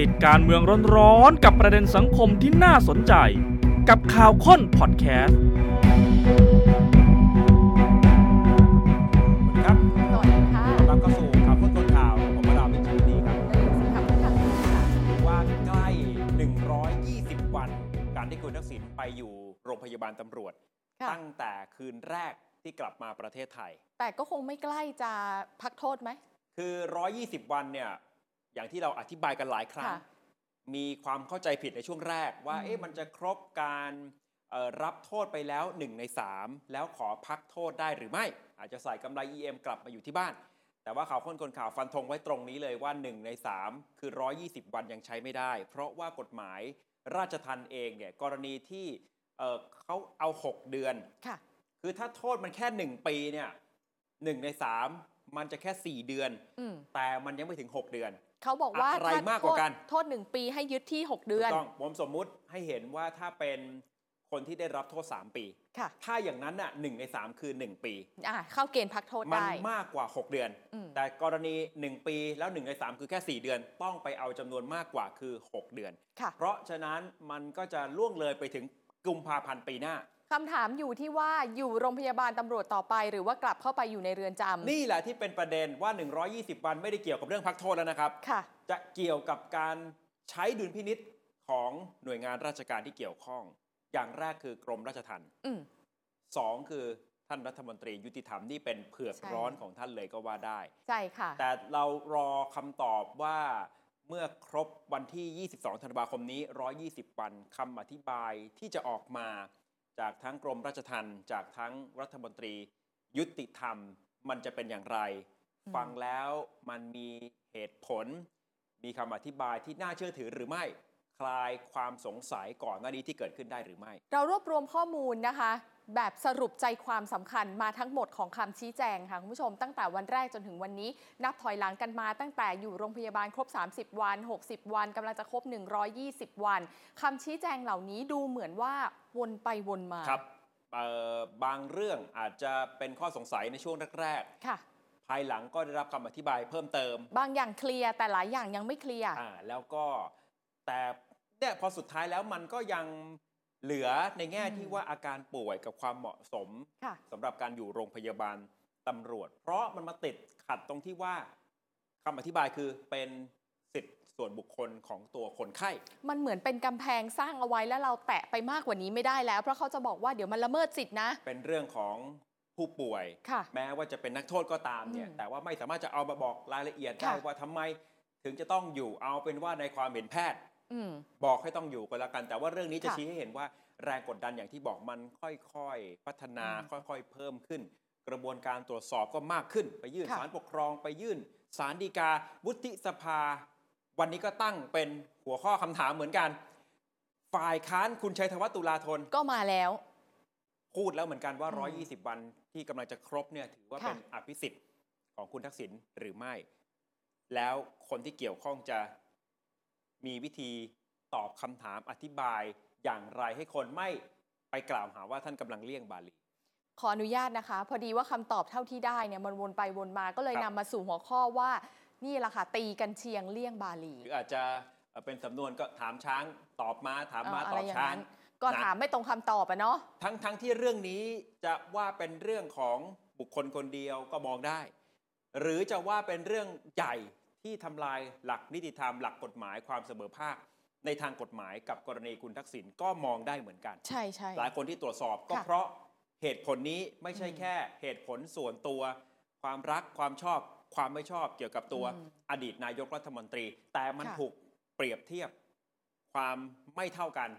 ติดการเมืองร้อนๆกับประเด็นสังคมที่น่าสนใจ กับข่าวค้นพอดแคสต์ ครับ สวัสดีค่ะ รับเข้าสู่ข่าวเพื่อคนข่าวผมมาดามเป็นชีวิตดีครับ สิครับคุณค่ะ ว่าใกล้ 120 วัน การที่คุณทักษิณไปอยู่โรงพยาบาลตำรวจ ค่ะ ตั้งแต่คืนแรกที่กลับมาประเทศไทย แต่ก็คงไม่ใกล้จะพักโทษไหม คือ 120 วันเนี่ยอย่างที่เราอธิบายกันหลายครั้ง ค่ะ มีความเข้าใจผิดในช่วงแรกว่า อืม เอ๊ะมันจะครบการเอ่อรับโทษไปแล้ว 1 ใน 3 แล้วขอพักโทษได้หรือไม่ อาจจะใส่กำไร EM กลับมาอยู่ที่บ้าน แต่ว่าข่าวค้นคนข่าวฟันธงไว้ตรงนี้เลยว่า 1 ใน 3 คือ 120 วันยังใช้ไม่ได้ เพราะว่ากฎหมายราชทันเองเนี่ยกรณีที่เอ่อเขาเอา 6 เดือน ค่ะ คือถ้าโทษมันแค่ 1 ปีเนี่ยหนึ่งใน 3 มันจะแค่ 4 เดือน อืม แต่มันยังไม่ถึง 6 เดือน เขาบอกว่า อะไร ถ้ มากกว่ากัน โทษโทษหนึ่งปีให้ยึดที่หกเดือน ถูกต้องผมสมมุติให้เห็นว่าถ้าเป็นคนที่ได้รับโทษ 3 ปี ค่ะ ถ้าอย่างนั้นน่ะหนึ่งใน 3 คือ 1 ปี อ่าเข้าเกณฑ์พักโทษ มั ได้ มากกว่า 6 เดือน อืม แต่กรณี 1 ปีแล้ว 1 ใน 3 คือแค่ 4 เดือน ต้องไปเอาจำนวนมากกว่าคือ 6 เดือน ค่ะ เพราะฉะนั้นมันก็จะล่วงเลยไปถึงกุมภาพันธ์ปีหน้า คำถามอยู่ที่ว่าอยู่โรงพยาบาลตำรวจต่อไป หรือว่ากลับเข้าไปอยู่ในเรือนจำ นี่แหละที่เป็นประเด็นว่า 120 วันไม่ได้เกี่ยวกับเรื่องพักโทษแล้วนะครับ ค่ะ จะเกี่ยวกับการใช้ดุลพินิษของหน่วยงานราชการที่เกี่ยวข้อง อย่างแรกคือกรมราชทัณฑ์ อืม สองคือท่านรัฐมนตรียุติธรรมนี่เป็นเผือก ใช่ ร้อนของท่านเลยก็ว่าได้ ใช่ค่ะ แต่เรารอคำตอบว่าเมื่อครบวันที่ 22 ธันวาคมนี้ 120 วันคำอธิบายที่จะออกมา จากทั้งกรมราชทัณฑ์จากทั้งรัฐมนตรียุติธรรม มันจะเป็นอย่างไร อืม ฟังแล้วมันมีเหตุผล มีคำอธิบายที่น่าเชื่อถือหรือไม่ คลายความสงสัยก่อนหน้านี้ที่เกิดขึ้นได้หรือไม่ เรารวบรวมข้อมูลนะคะ แบบสรุปใจความสำคัญมาทั้งหมดของคำชี้แจงค่ะ คุณผู้ชมตั้งแต่วันแรกจนถึงวันนี้ นับถอยหลังกันมาตั้งแต่อยู่โรงพยาบาลครบ 30 วัน 60 วันกำลังจะครบ 120 วันคำชี้แจงเหล่านี้ดูเหมือนว่าวนไปวนมา ครับเอ่อบางเรื่องอาจจะเป็นข้อสงสัยในช่วงแรก ค่ะ ๆ ภายหลังก็ได้รับคำอธิบายเพิ่มเติม บางอย่างเคลียร์แต่หลายอย่างยังไม่เคลียร์ อ่าแล้วก็แต่เนี่ยพอสุดท้ายแล้วมันก็ยังเหลือในแง่ที่ว่าอาการป่วยกับความเหมาะสม ค่ะ สำหรับการอยู่โรงพยาบาลตำรวจ เพราะมันมาติดขัดตรงที่ว่าคำอธิบายคือเป็นสิทธิ์ส่วนบุคคลของตัวคนไข้ มันเหมือนเป็นกำแพงสร้างเอาไว้แล้วเราแตะไปมากกว่านี้ไม่ได้แล้ว เพราะเขาจะบอกว่าเดี๋ยวมันละเมิดสิทธินะ เป็นเรื่องของผู้ป่วย ค่ะ แม้ว่าจะเป็นนักโทษก็ตามเนี่ย อืม แต่ว่าไม่สามารถจะเอามาบอกรายละเอียดได้ ค่ะ ว่าทำไมถึงจะต้องอยู่เอาเป็นว่าในความเห็นแพทย์ อืม บอกให้ต้องอยู่ก็แล้วกัน แต่ว่าเรื่องนี้จะ ค่ะ ชี้ให้เห็นว่าแรงกดดันอย่างที่บอกมันค่อยๆ พัฒนาค่อยๆ เพิ่มขึ้น กระบวนการตรวจสอบก็มากขึ้น ไปยื่น ค่ะ ศาลปกครองไปยื่นศาลฎีกา วุฒิสภา วันนี้ก็ตั้งเป็นหัวข้อคำถามเหมือนกัน ฝ่ายค้านคุณชัยธวัฒน์ตุลาธน ก็มาแล้ว พูดแล้วเหมือนกันว่า อืม 120 วันที่กำลังจะครบเนี่ยถือว่า ค่ะ เป็นอภิสิทธิ์ของคุณทักษิณหรือไม่ แล้วคนที่เกี่ยวข้องจะมีวิธีตอบคำถามอธิบายอย่างไรให้คนไม่ไปกล่าวหาว่าท่านกำลังเลี่ยงบาลี ขออนุญาตนะคะ พอดีว่าคำตอบเท่าที่ได้เนี่ยมันวนไปวนมาก็เลย ครั นำ บ มาสู่หัวข้อว่า นี่แหละค่ะ ตีกันเชียงเลี่ยงบาลี หรืออาจจะเอ่อเป็นสำนวนก็ถามช้างตอบมาถามมา เ ตอบช้าง ก็ นะ ถามไม่ตรงคำตอบอะเนาะ ทั้งทั้งที่เรื่องนี้จะว่าเป็นเรื่องของบุคคลคนเดียวก็มองได้ หรือจะว่าเป็นเรื่องใหญ่ที่ทำลายหลักนิติธรรม หลักกฎหมายความเสมอภาค ในทางกฎหมายกับกรณีคุณทักษิณก็มองได้เหมือนกัน ใช่ใช่ หลายคนที่ตรวจสอบก็ ค่ะ เพราะเหตุผลนี้ไม่ใช่ อืม แค่เหตุผลส่วนตัว ความรักความชอบ ความไม่ชอบเกี่ยวกับตัว อืม อดีตนายกรัฐมนตรี แต่มัน ค่ะ ถูกเปรียบเทียบความไม่เท่ากัน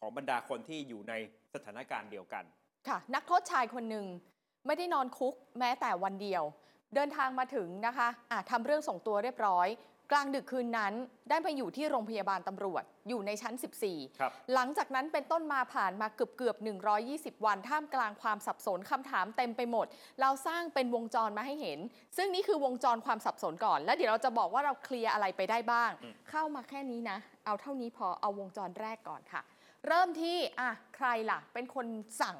ของบรรดาคนที่อยู่ในสถานการณ์เดียวกัน ค่ะ นักโทษชายคนหนึ่งไม่ได้นอนคุกแม้แต่วันเดียว เดินทางมาถึงนะคะอาจทำเรื่องส่งตัวเรียบร้อย กลางดึกคืนนั้นได้ไปอยู่ที่โรงพยาบาลตำรวจอยู่ในชั้น 14 ครับ หลังจากนั้นเป็นต้นมาผ่านมาเกือบเกือบๆ120 วันท่ามกลางความสับสนคำถามเต็มไปหมด เราสร้างเป็นวงจรมาให้เห็น ซึ่งนี่คือวงจรความสับสนก่อน แล้วเดี๋ยวเราจะบอกว่าเราเคลียร์อะไรไปได้บ้าง อืม เข้ามาแค่นี้นะ เอาเท่านี้พอเอาวงจรแรกก่อนค่ะ เริ่มที่อ่ะใครล่ะ เป็นคนสั่ง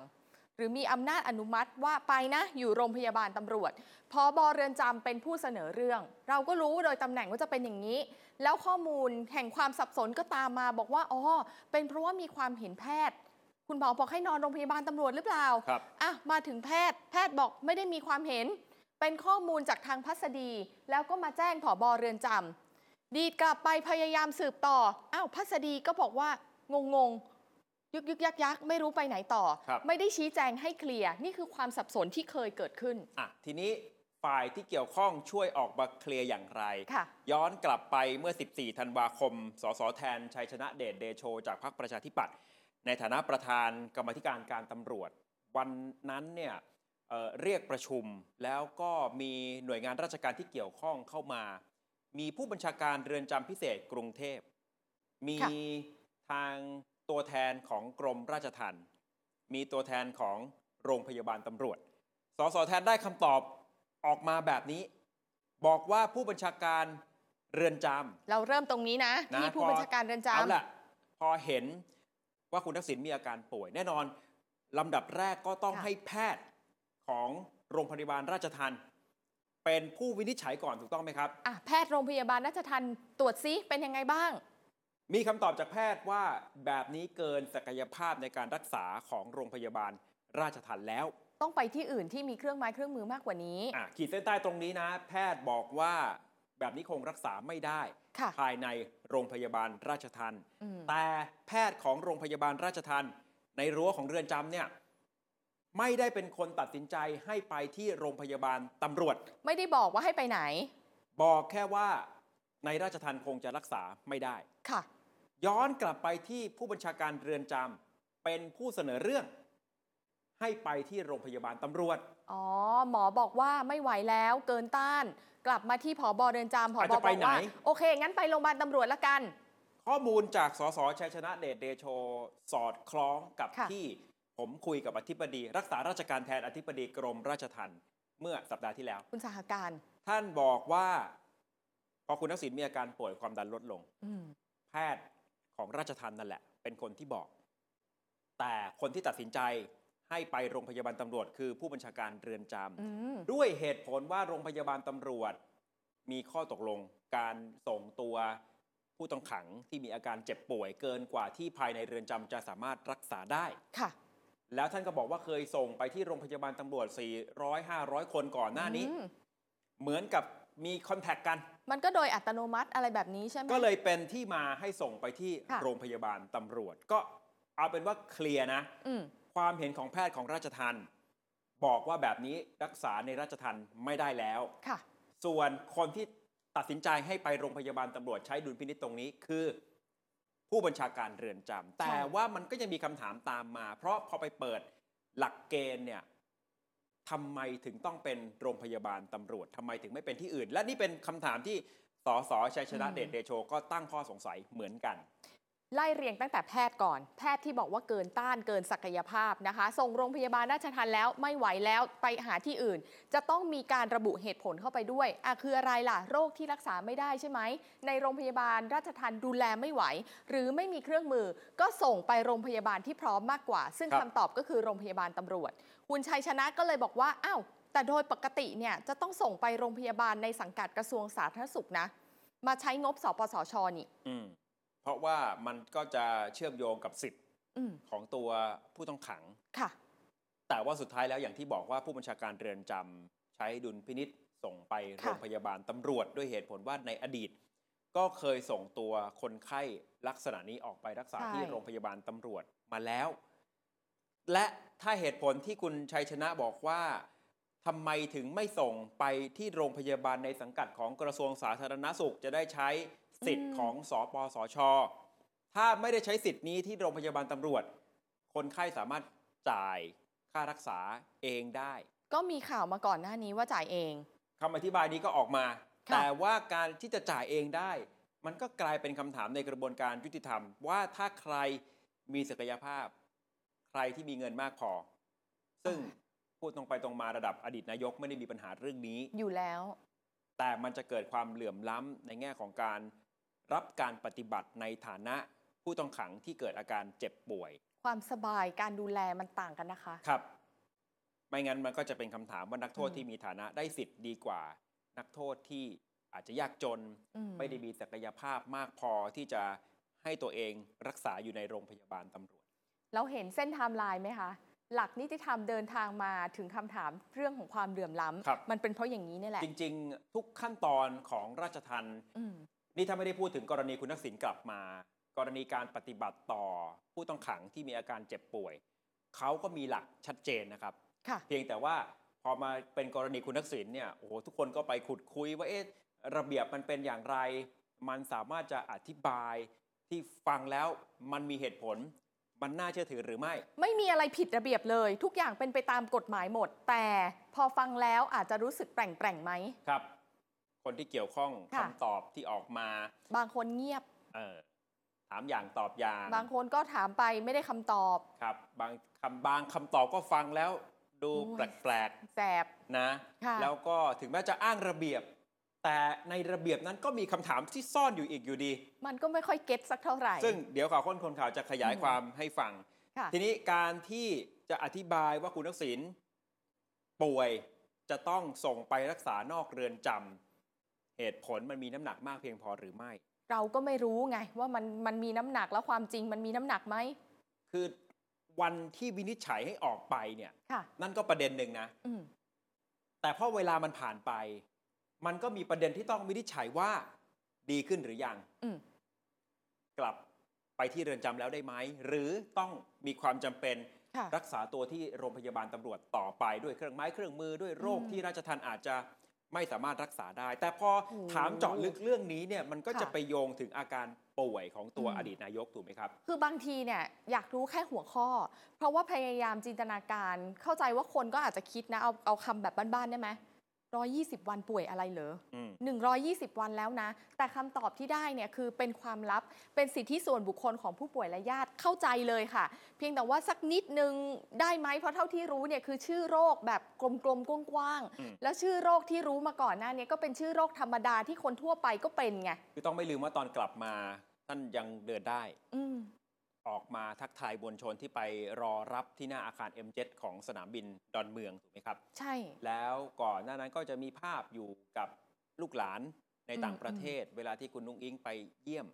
หรือมีอำนาจอนุมัติว่าไปนะ อยู่โรงพยาบาลตำรวจพอบเรือนจำเป็นผู้เสนอเรื่อง เราก็รู้โดยตำแหน่งว่าจะเป็นอย่างนี้ แล้วข้อมูลแห่งความสับสนก็ตามมาบอกว่าอ๋อเป็นเพราะว่ามีความเห็นแพทย์ คุณหมอบอกให้นอนโรงพยาบาลตำรวจหรือเปล่า ครับ อ่ะมาถึงแพทย์ แพทย์บอกไม่ได้มีความเห็น เป็นข้อมูลจากทางพัสดี แล้วก็มาแจ้งผอบอเรือนจำดีดกลับไปพยายามสืบต่อ อ้าวพัสดีก็บอกว่างงงๆยึกยึกยักยักไม่รู้ไปไหนต่อ ครับ ไม่ได้ชี้แจงให้เคลียร์ นี่คือความสับสนที่เคยเกิดขึ้น อ่ะทีนี้ฝ่ายที่เกี่ยวข้องช่วยออกมาเคลียร์อย่างไร ค่ะ ย้อนกลับไปเมื่อ 14 ธันวาคม สส แทน ชัยชนะเดช เดโช จากพรรคประชาธิปัตย์ ในฐานะประธานกรรมาธิการการตำรวจ วันนั้นเนี่ยเอ่อเรียกประชุม แล้วก็มีหน่วยงานราชการที่เกี่ยวข้องเข้ามา มีผู้บัญชาการเรือนจำพิเศษกรุงเทพ มี ค่ะ ทางตัวแทนของกรมราชทัณฑ์ มีตัวแทนของโรงพยาบาลตำรวจ สสแทนได้คำตอบออกมาแบบนี้ บอกว่าผู้บัญชาการเรือนจำ เราเริ่มตรงนี้นะ นะ ที่ผู้ พอ บัญชาการเรือนจ เอาล่ะ พอเห็นว่าคุณทักษิณมีอาการป่วย แน่นอนลำดับแรกก็ต้องให้แพทย์ของโรงพยาบาลราชทันเป็นผู้วินิจฉัยก่อนถูกต้องไหมครับ ำอ่ะแพทย์โรงพยาบาลราชทันตรวจซิเป็นยังไงบ้าง มีคำตอบจากแพทย์ว่าแบบนี้เกินศักยภาพในการรักษาของโรงพยาบาลราชทันแล้ว ต้องไปที่อื่นที่มีเครื่องไม้เครื่องมือมากกว่านี้ อ่ะขีดเส้นใต้ตรงนี้นะ แพทย์บอกว่าแบบนี้คงรักษาไม่ได้ ค่ะ ภายในโรงพยาบาลราชทัน อืม แต่แพทย์ของโรงพยาบาลราชทันในรั้วของเรือนจำเนี่ยไม่ได้เป็นคนตัดสินใจให้ไปที่โรงพยาบาลตำรวจ ไม่ได้บอกว่าให้ไปไหน บอกแค่ว่าในราชทันคงจะรักษาไม่ได้ ค่ะ ย้อนกลับไปที่ผู้บัญชาการเรือนจำเป็นผู้เสนอเรื่อง ให้ไปที่โรงพยาบาลตำรวจ อ๋อ หมอบอกว่าไม่ไหวแล้วเกินต้าน กลับมาที่ผอบอเรือนจำผอ อาจ บอ จะ ก ไปไหน ว่าโอเค งั้นไปโรงพยาบาลตำรวจละกัน ข้อมูลจากสสชัยชนะเดชเดโช สอดคล้องกับ ค่ะ ที่ผมคุยกับอธิบดี รักษาราชการแทนอธิบดีกรมราชทัณฑ์เมื่อสัปดาห์ที่แล้ว คุณสหการ ท่านบอกว่า พอคุณทักษิณมีอาการป่วยความดันลดลง อืม แพทย์ของราชทัณฑ์นั่นแหละ เป็นคนที่บอก แต่คนที่ตัดสินใจให้ไปโรงพยาบาลตำรวจ คือผู้บัญชาการเรือนจำ อืม ด้วยเหตุผลว่าโรงพยาบาลตำรวจ มีข้อตกลงการส่งตัวผู้ต้องขังที่มีอาการเจ็บป่วยเกินกว่าที่ภายในเรือนจำจะสามารถรักษาได้ ค่ะ แล้วท่านก็บอกว่าเคยส่งไปที่โรงพยาบาลตำรวจ 400 500 คนก่อนหน้านี้ อืม เหมือนกับมีคอนแทคกัน มันก็โดยอัตโนมัติอะไรแบบนี้ใช่ไหม ก็เลยเป็นที่มาให้ส่งไปที่ ค่ะ โรงพยาบาลตำรวจ ก็เอาเป็นว่าเคลียร์นะ อืม ความเห็นของแพทย์ของราชทันบอกว่าแบบนี้รักษาในราชทันไม่ได้แล้ว ค่ะ ส่วนคนที่ตัดสินใจให้ไปโรงพยาบาลตำรวจใช้ดุลพินิจตรงนี้คือ ผู้บัญชาการเรือนจำแต่ว่ามันก็ยังมีคำถามตามมา เพราะพอไปเปิดหลักเกณฑ์เนี่ยทำไมถึงต้องเป็นโรงพยาบาลตำรวจทำไมถึงไม่เป็นที่อื่น และนี่เป็นคำถามที่สสชัยชนะ อืม เดชเดโชก็ตั้งข้อสงสัยเหมือนกัน ไล่เรียงตั้งแต่แพทย์ก่อน แพทย์ที่บอกว่าเกินต้านเกินศักยภาพนะคะ ส่งโรงพยาบาลราชทันแล้วไม่ไหวแล้วไปหาที่อื่น จะต้องมีการระบุเหตุผลเข้าไปด้วยอ่ะคืออะไรล่ะ โรคที่รักษาไม่ได้ใช่ไหม ในโรงพยาบาลราชทันดูแลไม่ไหว หรือไม่มีเครื่องมือ ก็ส่งไปโรงพยาบาลที่พร้อมมากกว่า ซึ่ง ครั คำ บ ตอบก็คือโรงพยาบาลตำรวจ คุณชัยชนะก็เลยบอกว่าอ้าวแต่โดยปกติเนี่ยจะต้องส่งไปโรงพยาบาลในสังกัดกระทรวงสาธารณสุขนะ มาใช้งบสปสชนี่ อืมเพราะว่ามันก็จะเชื่อมโยงกับสิทธิ์ อืม ของตัวผู้ต้องขัง ค่ะ แต่ว่าสุดท้ายแล้วอย่างที่บอกว่าผู้บัญชาการเรือนจำใช้ดุลพินิษส่งไป ค่ะ โรงพยาบาลตำรวจด้วยเหตุผลว่าในอดีต ก็เคยส่งตัวคนไข้ลักษณะนี้ออกไปรักษาที่โรงพยาบาลตำรวจมาแล้ว และถ้าเหตุผลที่คุณชัยชนะบอกว่าทำไมถึงไม่ส่งไปที่โรงพยาบาลในสังกัดของกระทรวงสาธารณสุขจะได้ใช้สิทธิ์ของสปสช ถ้าไม่ได้ใช้สิทธิ์นี้ที่โรงพยาบาลตำรวจ คนไข้สามารถจ่ายค่ารักษาเองได้ ก็มีข่าวมาก่อนหน้านี้ว่าจ่ายเอง คำอธิบายนี้ก็ออกมา ค่ะ แต่ว่าการที่จะจ่ายเองได้ มันก็กลายเป็นคำถามในกระบวนการยุติธรรม ว่าถ้าใครมีศักยภาพ ใครที่มีเงินมากพอ ซึ่งพูดตรงไปตรงมาระดับอดีตนายกไม่ได้มีปัญหาเรื่องนี้ อยู่แล้ว แต่มันจะเกิดความเหลื่อมล้ำในแง่ของการรับการปฏิบัติในฐานะผู้ต้องขังที่เกิดอาการเจ็บป่วย ความสบายการดูแลมันต่างกันนะคะ ครับ ไม่งั้นมันก็จะเป็นคำถามว่านักโทษ อืม ที่มีฐานะได้สิทธิ์ดีกว่า นักโทษที่อาจจะยากจน อืม ไม่ได้มีศักยภาพมากพอที่จะให้ตัวเองรักษาอยู่ในโรงพยาบาลตำรวจ เราเห็นเส้นไทม์ไลน์ไหมคะ หลักนิติธรรมเดินทางมาถึงคำถามเรื่องของความเหลื่อมล้ำ ครับ มันเป็นเพราะอย่างนี้เนี่ยแหละ จริง ๆ ทุกขั้นตอนของราชทัน อืม นี่ถ้าไม่ได้พูดถึงกรณีคุณทักษิณกลับมา กรณีการปฏิบัติต่อผู้ต้องขังที่มีอาการเจ็บป่วย เขาก็มีหลักชัดเจนนะครับ ค่ะ เพียงแต่ว่าพอมาเป็นกรณีคุณทักษิณเนี่ยโอ้โหทุกคนก็ไปขุดคุยว่าเอ๊ะระเบียบมันเป็นอย่างไร มันสามารถจะอธิบายที่ฟังแล้วมันมีเหตุผล มันน่าเชื่อถือหรือไม่ ไม่มีอะไรผิดระเบียบเลย ทุกอย่างเป็นไปตามกฎหมายหมด แต่พอฟังแล้วอาจจะรู้สึกแปลงๆไหม ครับ คนที่เกี่ยวข้อง ค่ะ คำตอบที่ออกมา บางคนเงียบ เออถามอย่างตอบอย่าง บางคนก็ถามไปไม่ได้คำตอบ ครับบางคำบางคำตอบก็ฟังแล้วดู โอ้ แ ย ปลก แสบ ๆนะ ค่ะ แล้วก็ถึงแม้จะอ้างระเบียบ แต่ในระเบียบนั้นก็มีคำถามที่ซ่อนอยู่อีกอยู่ดี มันก็ไม่ค่อยเก็ตสักเท่าไหร่ ซึ่งเดี๋ยวข่าวค้นคนข่าวจะขยาย อืม ความให้ฟัง ค่ะ ทีนี้การที่จะอธิบายว่าคุณทักษิณป่วยจะต้องส่งไปรักษานอกเรือนจำเหตุผลมันมีน้ำหนักมากเพียงพอหรือไม่ เราก็ไม่รู้ไง ว่ามันมันมีน้ำหนักแล้วความจริงมันมีน้ำหนักไหม คือวันที่วินิจฉัยให้ออกไปเนี่ย ค่ะ นั่นก็ประเด็นหนึ่งนะ อืม แต่พอเวลามันผ่านไป มันก็มีประเด็นที่ต้องวินิจฉัยว่าดีขึ้นหรือยัง อืม กลับไปที่เรือนจำแล้วได้ไหม หรือต้องมีความจำเป็น ค่ะ รักษาตัวที่โรงพยาบาลตำรวจต่อไปด้วยเครื่องไม้เครื่องมือด้วยโรค อืม ที่ราชทันอาจจะไม่สามารถรักษาได้ แต่พอ โอ้ ถามเจาะลึกเรื่องนี้เนี่ยมันก็ ค่ะ จะไปโยงถึงอาการป่วยของตัว อืม อดีตนายกถูกไหมครับ คือบางทีเนี่ยอยากรู้แค่หัวข้อ เพราะว่าพยายามจินตนาการเข้าใจว่าคนก็อาจจะคิดนะเอาเอาคำแบบบ้านๆได้ไหมร้อยี่สิบวันป่วยอะไรเหรอ อืม 120 วันแล้วนะ แต่คำตอบที่ได้เนี่ยคือเป็นความลับ เป็นสิทธิส่วนบุคคลของผู้ป่วยและญาติเข้าใจเลยค่ะ เพียงแต่ว่าสักนิดนึงได้ไหมเพราะเท่าที่รู้เนี่ยคือชื่อโรคแบบกลมๆกว้าง อืม ๆแล้วชื่อโรคที่รู้มาก่อนหน้านี้ก็เป็นชื่อโรคธรรมดาที่คนทั่วไปก็เป็นไง คือต้องไม่ลืมว่าตอนกลับมาท่านยังเดินได้ อืม ออกมาทักทายมวลชนที่ไปรอรับที่หน้าอาคาร M7 ของสนามบินดอนเมืองถูกไหมครับ ใช่ แล้วก่อนหน้านั้นก็จะมีภาพอยู่กับลูกหลานในต่าง อืม ประเทศ เวลาที่คุณนุ้งอิงไปเยี่ยม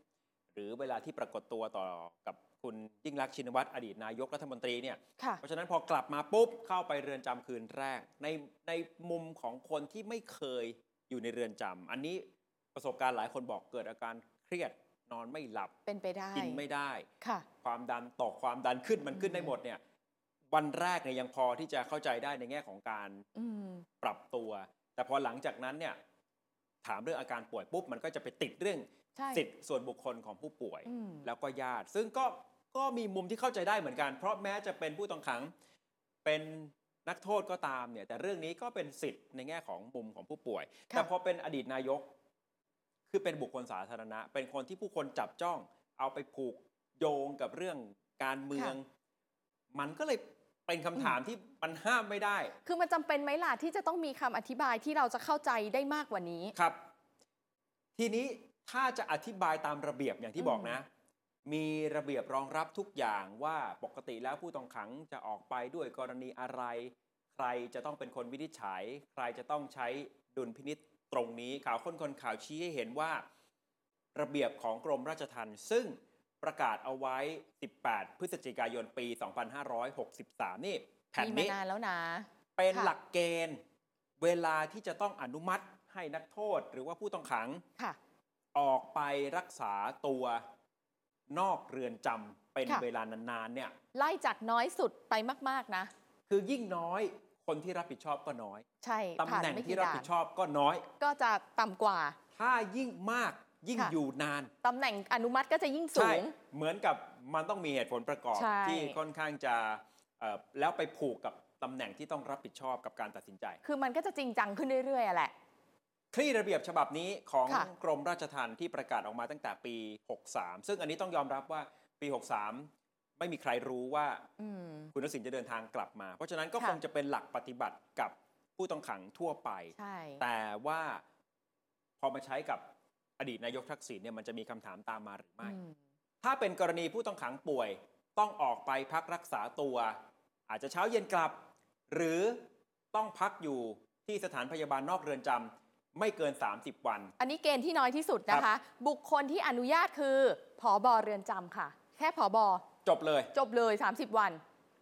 หรือเวลาที่ปรากฏตัวต่อกับคุณยิ่งรักษณ์ชินวัตรอดีตนายกรัฐมนตรีเนี่ย ค่ะ เพราะฉะนั้นพอกลับมาปุ๊บเข้าไปเรือนจำคืนแรก ในในมุมของคนที่ไม่เคยอยู่ในเรือนจำอันนี้ประสบการณ์หลายคนบอกเกิดอาการเครียดนอนไม่หลับ เป็นไปได้ กินไม่ได้ ค่ะ ความดันตกความดันขึ้นมันขึ้นได้หมดเนี่ยวันแรกเนี่ยยังพอที่จะเข้าใจได้ในแง่ของการ อืม ปรับตัว แต่พอหลังจากนั้นเนี่ยถามเรื่องอาการป่วยปุ๊บ มันก็จะไปติดเรื่อง ใช่ สิทธิส่วนบุคคลของผู้ป่วย อืม แล้วก็ญาติ ซึ่งก็ก็มีมุมที่เข้าใจได้เหมือนกัน เพราะแม้จะเป็นผู้ต้องขังเป็นนักโทษก็ตามเนี่ย แต่เรื่องนี้ก็เป็นสิทธิ์ในแง่ของมุมของผู้ป่วย แต่พอเป็นอดีตนายก คือเป็นบุคคลสาธารณะ เป็นคนที่ผู้คนจับจ้อง เอาไปผูกโยงกับเรื่องการเมือง มันก็เลยเป็นคำถามที่มันห้ามไม่ได้ คือมันจำเป็นไหมล่ะที่จะต้องมีคำอธิบายที่เราจะเข้าใจได้มากกว่านี้ ครับ ทีนี้ถ้าจะอธิบายตามระเบียบอย่างที่ อืม บอกนะ มีระเบียบรองรับทุกอย่างว่าปกติแล้วผู้ต้องขังจะออกไปด้วยกรณีอะไร ใครจะต้องเป็นคนวินิจฉัย ใครจะต้องใช้ดุลพินิษตรงนี้ข่าวค้นคนข่าวชี้ให้เห็นว่า ระเบียบของกรมราชทัณฑ์ซึ่งประกาศเอาไว้ 18 พฤศจิกายนปี 2563 นี่แผ่น มีมา นี้ นานแล้วนะ เป็น ค่ะ หลักเกณฑ์ เวลาที่จะต้องอนุมัติให้นักโทษหรือว่าผู้ต้องขัง ค่ะ ออกไปรักษาตัวนอกเรือนจำเป็น ค่ะ เวลานานๆเนี่ย ไล่จากน้อยสุดไปมาก ๆ นะ คือยิ่งน้อยคนที่รับผิดชอบก็น้อย ใช่ ตำ ผ่าน แหน่ง ไม่ ที่ กี่ รับ ด่า ผิ น ดชอบก็น้อย ก็จะต่ำกว่า ถ้ายิ่งมากยิ่ง ค่ะ อยู่นาน ตำแหน่งอนุมัติก็จะยิ่งสู ใช่ ง เหมือนกับมันต้องมีเหตุผลประกอบ ใช่ ที่ค่อนข้างจะเอ่อแล้วไปผูกกับตำแหน่งที่ต้องรับผิดชอบกับการตัดสินใจ คือมันก็จะจริงจังขึ้นเรื่อยๆอะแหละ คลี่ระเบียบฉบับนี้ของ ค่ะ กรมราชทัณฑ์ที่ประกาศออกมาตั้งแต่ปี 63 ซึ่งอันนี้ต้องยอมรับว่าปี 63 ไม่มีใครรู้ว่า อืม คุณทักษิณจะเดินทางกลับมา เพราะฉะนั้นก็ ค่ะ คงจะเป็นหลักปฏิบัติกับผู้ต้องขังทั่วไป ใช่ แต่ว่าพอมาใช้กับอดีตนายกทักษิณเนี่ยมันจะมีคำถามตามมาหรือไม่ อืม ถ้าเป็นกรณีผู้ต้องขังป่วยต้องออกไปพักรักษาตัว อาจจะเช้าเย็นกลับ หรือต้องพักอยู่ที่สถานพยาบาลนอกเรือนจำไม่เกิน 30 วัน อันนี้เกณฑ์ที่น้อยที่สุดนะคะ บุคคลที่อนุญาตคือผอบอเรือนจำค่ะ แค่ผอบอ จบเลย จบเลย 30 วัน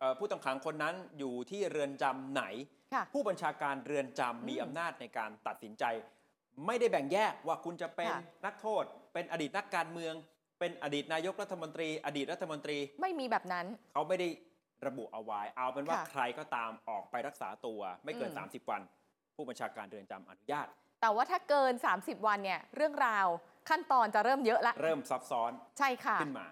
เอ่อผู้ต้องขังคนนั้นอยู่ที่เรือนจำไหน ค่ะ ผู้บัญชาการเรือนจำมี อืม อำนาจในการตัดสินใจ ไม่ได้แบ่งแยกว่าคุณจะเป็น ค่ะ นักโทษ เป็นอดีตนักการเมือง เป็นอดีตนายกรัฐมนตรี อดีตรัฐมนตรี ไม่มีแบบนั้น เขาไม่ได้ระบุเอาไว้ เอาเป็นว่า ค่ะ ใครก็ตามออกไปรักษาตัว ไม่เกิน อืม 30 วัน ผู้บัญชาการเรือนจำอนุญาต แต่ว่าถ้าเกิน 30 วันเนี่ยเรื่องราวขั้นตอนจะเริ่มเยอะละ เริ่มซับซ้อน ใช่ค่ะ ขึ้นมา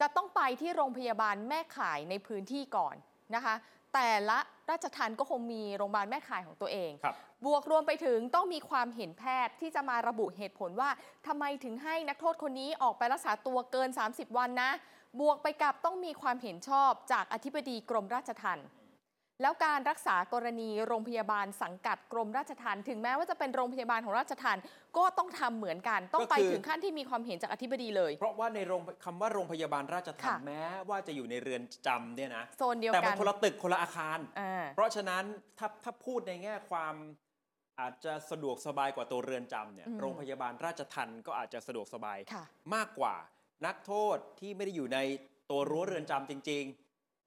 จะต้องไปที่โรงพยาบาลแม่ขายในพื้นที่ก่อนนะคะ แต่ละราชทันก็คงมีโรงพยาบาลแม่ขายของตัวเอง ครับ บวกรวมไปถึงต้องมีความเห็นแพทย์ที่จะมาระบุเหตุผลว่าทำไมถึงให้นักโทษคนนี้ออกไปรักษาตัวเกิน 30 วันนะ บวกไปกับต้องมีความเห็นชอบจากอธิบดีกรมราชทัณฑ์แล้วการรักษากรณีโรงพยาบาลสังกัดกรมราชทัณฑ์ถึงแม้ว่าจะเป็นโรงพยาบาลของราชทัณฑ์ก็ต้องทำเหมือนกัน ต้องไป ก็คือ ถึงขั้นที่มีความเห็นจากอธิบดีเลย เพราะว่าในโรงคำว่าโรงพยาบาลราชทัณ ค่ะ ฑ์แม้ว่าจะอยู่ในเรือนจำเนี่ยนะ โซนเดียว แต่ กั มัน น คนละตึกคนละอาคาร อ่า เพราะฉะนั้นถ้าถ้าพูดในแง่ความอาจจะสะดวกสบายกว่าตัวเรือนจำเนี่ย อืม โรงพยาบาลราชทันก็อาจจะสะดวกสบาย ค่ะ มากกว่านักโทษที่ไม่ได้อยู่ในตัวรั้วเรือนจำจริง ๆ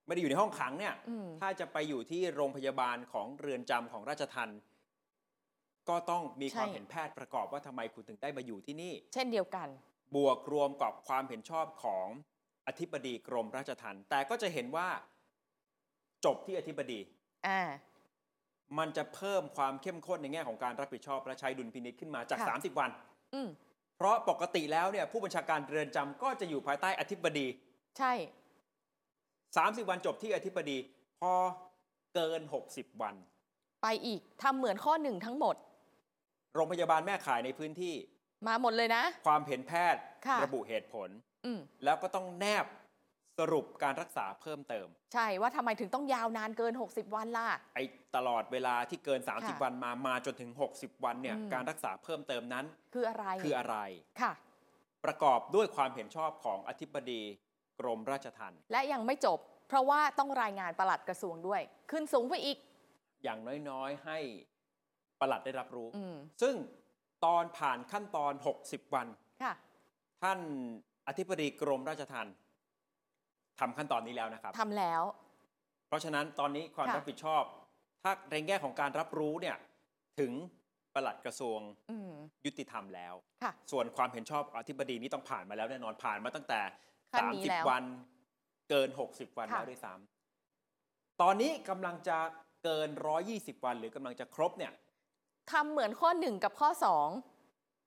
ไม่ได้อยู่ในห้องขังเนี่ย อืม ถ้าจะไปอยู่ที่โรงพยาบาลของเรือนจำของราชทันก็ต้องมีความ ใช่ เห็นแพทย์ประกอบว่าทำไมคุณถึงได้มาอยู่ที่นี่ เช่นเดียวกัน บวกรวมกับความเห็นชอบของอธิบดีกรมราชทัณฑ์แต่ก็จะเห็นว่าจบที่อธิบดี อ่า มันจะเพิ่มความเข้มข้นในแง่ของการรับผิดชอบ และใช้ดุลพินิจขึ้นมาจาก ค่ะ 30 วัน อืม เพราะปกติแล้วเนี่ยผู้บัญชาการเรือนจำก็จะอยู่ภายใต้อธิบดี ใช่ 30 วันจบที่อธิบดี พอเกิน 60 วัน ไปอีกทำเหมือนข้อหนึ่งทั้งหมด โรงพยาบาลแม่ขายในพื้นที่ มาหมดเลยนะ ความเห็นแพทย์ ค่ะ ระบุเหตุผล อืม แล้วก็ต้องแนบสรุปการรักษาเพิ่มเติม ใช่ว่าทำไมถึงต้องยาวนานเกิน 60 วันล่ะ ไอ้ตลอดเวลาที่เกิน ค่ะ 30 วันมามาจนถึง 60 วันเนี่ย อืม การรักษาเพิ่มเติมนั้น คืออะไร คืออะไร ค่ะ ประกอบด้วยความเห็นชอบของอธิบดีกรมราชทัณฑ์ และยังไม่จบ เพราะว่าต้องรายงานปลัดกระทรวงด้วย ขึ้นสูงไปอีก อย่างน้อยๆ ให้ประหลัดได้รับรู้ อืม ซึ่งตอนผ่านขั้นตอน 60 วัน ค่ะ ท่านอธิบดีกรมราชทัณฑ์ทำขั้นตอนนี้แล้วนะครับ ทำแล้ว เพราะฉะนั้นตอนนี้ความ ค่ะ รับผิดชอบ ถ้าในแง่ของการรับรู้เนี่ยถึงประหลัดกระทรวง อืม ยุติธรรมแล้ว ค่ะ ส่วนความเห็นชอบอธิบดีนี่ต้องผ่านมาแล้วแน่นอนผ่านมาตั้งแต่ ขั้นนี้แล้ว 30 วัน เกิน 60 วัน ค่ะ แล้วด้วยซ้ำตอนนี้กำลังจะเกิน 120 วันหรือกำลังจะครบเนี่ย ทำเหมือนข้อหนึ่งกับข้อสอง